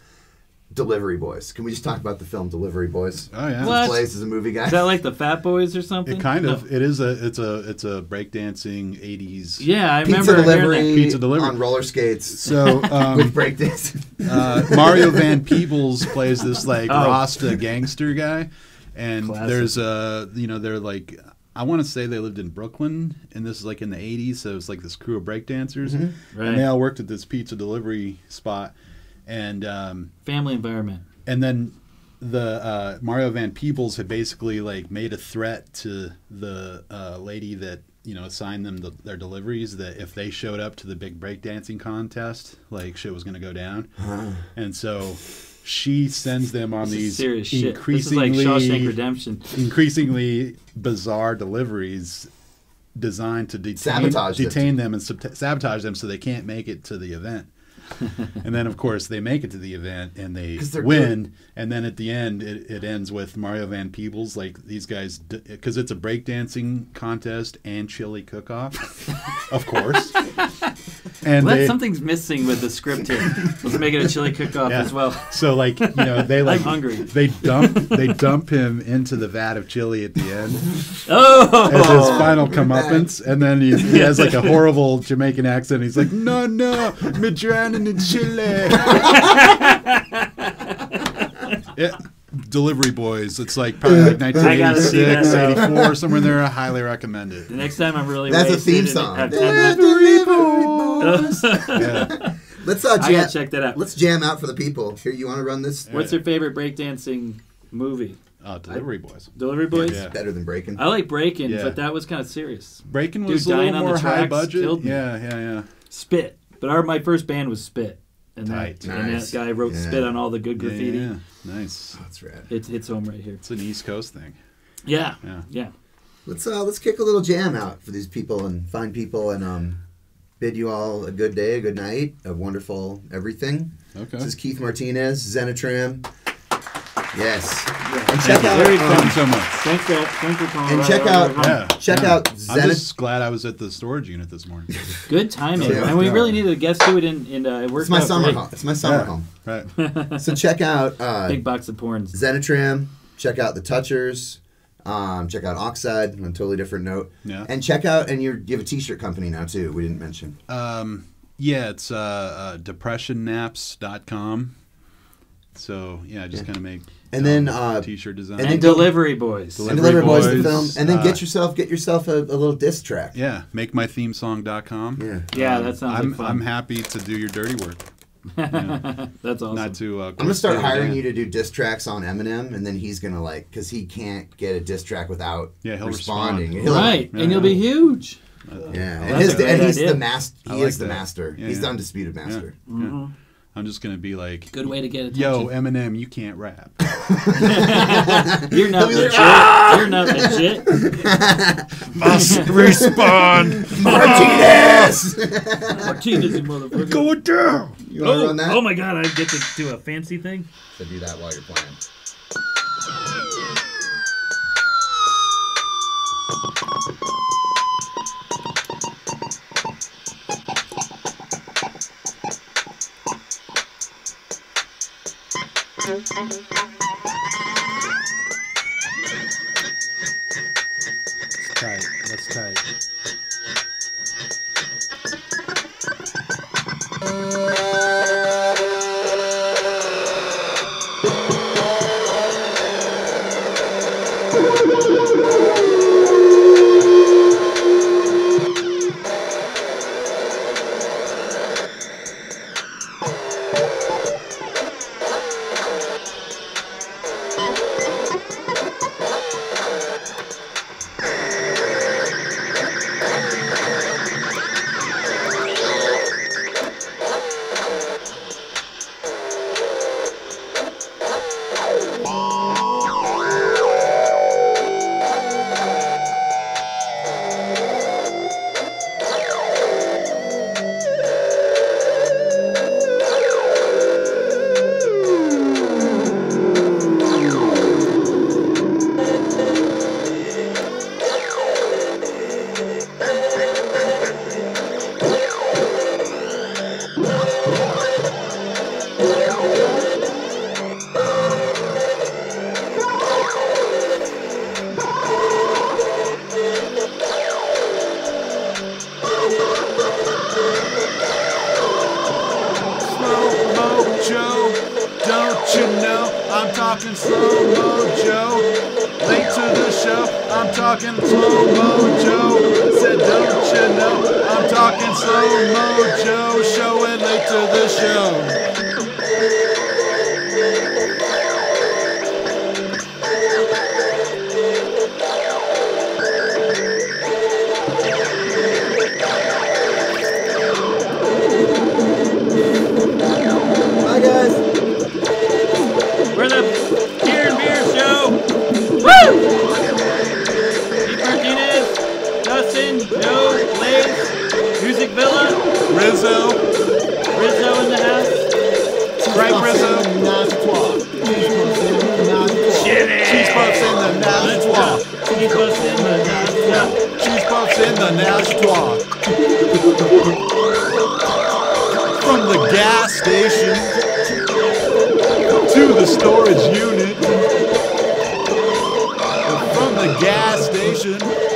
B: Delivery Boys. Can we just talk about the film Delivery Boys?
C: Oh yeah.
D: What?
B: Plays as a movie guy.
D: Is that like the Fat Boys or something?
C: It kind
D: No.
C: of it is a it's a it's a breakdancing '80s.
D: Yeah, I
B: Pizza
D: remember
B: delivery,
D: hearing
C: Pizza delivery.
B: on roller skates
C: So um,
B: with breakdance.
C: uh, Mario Van Peebles plays this like
D: Oh.
C: Rasta gangster guy, and
D: Classic.
C: there's a you know they're like I want to say they lived in Brooklyn, and this is like in the '80s, so it's like this crew of breakdancers,
D: Mm-hmm. Right.
C: and they all worked at this pizza delivery spot, and um,
D: that. Family environment.
C: and then the uh, Mario Van Peebles had basically like made a threat to the uh, lady that you know assigned them the, their deliveries that if they showed up to the big breakdancing contest, like shit was gonna go down, and so she sends them on
D: This is
C: these
D: serious shit. This is like
C: increasingly
D: Shawshank Redemption.
C: increasingly bizarre deliveries designed to detain,
B: Sabotage them.
C: detain them and sub- sabotage them so they can't make it to the event. and then, of course, they make it to the event and they
B: 'Cause they're
C: win. And then at the end, it, it ends with Mario Van Peebles. Like these guys, because it's a breakdancing contest and chili cook off, of course. and
D: Well,
C: they-
D: that's something's missing with the script here. Let's make it a chili cook-off
C: Yeah.
D: as well.
C: So like you know they like
D: hungry.
C: they dump they dump him into the vat of chili at the end
D: Oh,
C: as his final comeuppance, and then he, he has like a horrible Jamaican accent. He's like, "No, no, me drowning in Chile." Yeah, Delivery Boys. It's like probably like
D: gotta see that
C: 1986,
D: now.
C: 84, somewhere in there. I highly recommend
D: the
C: it.
D: next time I'm really
B: That's a
D: wasted
B: theme
D: and
B: song.
D: have time
B: Delivery Boys.
D: to-
C: Yeah.
B: Let's uh,
D: I
B: jam.
D: gotta check that out.
B: Let's jam out for the people. Here, you want to run this?
D: What's your favorite breakdancing movie?
C: Oh, Delivery Boys.
D: Delivery Boys.
C: Yeah.
B: Better than breaking.
D: I like Breaking,
C: Yeah.
D: but that was kind of serious.
C: Breaking
D: Dude,
C: was a
D: Dying
C: little
D: on the
C: more high
D: Tracks
C: budget.
D: killed me.
C: Yeah, yeah, yeah.
D: Spit. But our my first band was Spit, and
C: Tight.
D: that, and that
B: Nice.
D: guy wrote
B: Yeah.
D: Spit on all the good
C: Yeah,
D: graffiti.
C: yeah, yeah. Nice.
B: That's rad.
D: It hits home right here.
C: It's an East Coast thing.
D: Yeah.
C: Yeah.
D: Yeah.
B: Let's uh, let's kick a little jam out for these people and fine people and um, bid you all a good day, a good night, a wonderful everything.
C: Okay.
B: This is Keith Martinez, Zenitram. Yes, and check
C: Thank you.
B: out
C: Very
B: um,
C: fun so much.
D: Thanks for thanks for calling.
B: and
D: Right,
B: check
D: right,
B: out
D: right, right.
C: Yeah.
B: check
C: yeah.
B: out
C: I'm
B: Zenit.
C: just glad I was at the storage unit this morning.
D: Good timing,
B: Yeah.
D: and we really needed a guest to it, and, and uh, it worked
B: It's my
D: out
B: summer
D: great.
B: home. It's my summer
C: Yeah.
B: home.
C: right.
B: So check out uh,
D: Big box of porns.
B: Zenitram. Check out the Touchers. Um, check out Oxide on a totally different note.
C: Yeah.
B: And check out and you're, you have a T-shirt company now too. We didn't mention.
C: Um, yeah, it's uh, uh, depressionnaps.com. So yeah, I just kind of make
B: And then,
C: um,
B: uh,
C: t-shirt design.
B: and
D: And
B: then-
D: delivery boys.
C: Delivery-
B: and deliver boys the
C: Boys,
B: film, and then
C: uh,
B: get yourself get yourself a, a little diss track.
C: yeah, make my theme song.com.
B: Yeah.
D: Yeah, that sounds
C: I'm
D: like fun.
C: I'm happy to do your dirty work.
D: That's awesome.
C: Not to. Uh,
B: I'm gonna start hiring you to do diss tracks on Eminem, and then he's gonna like, cause he can't get a diss track without
C: Yeah, he'll
B: responding.
C: respond.
B: He'll-
D: right,
C: Yeah.
D: and you'll be huge.
B: Yeah, and,
D: that's
B: his,
D: a great
B: and he's
D: idea.
B: the master. He
C: I like
B: is the
C: that.
B: master.
C: Yeah,
B: he's
C: yeah. Oh.
B: the undisputed master.
C: I'm I'm just gonna be like,
F: Good way to get attention.
C: "Yo, Eminem, you can't rap."
D: You're not legit. You're not legit.
C: Must respond.
B: Martinez!
D: Martinez, you motherfucker.
C: Going down.
B: you want to
A: Oh,
B: run that?
A: oh my god, I get to do a fancy thing.
B: So do that while you're playing.
C: Tight. That's tight. Slow Joe, don't you know I'm talking slow Joe? Late to the show, I'm talking slow Joe. Said don't you know I'm talking slow Joe? Showing late to the show.
B: Bye, guys.
A: We're the Beer and Beer Show. Woo! Pete Martinez, Dustin, Joe, Blaze, Music Villa,
C: Rizzo,
A: Rizzo in the house.
C: Frank Rizzo, cheese puffs in the Nazatois.
A: Keith Bustin, the house.
C: Cheese puffs in the Nazatois. From the gas station to the storage unit. From the gas station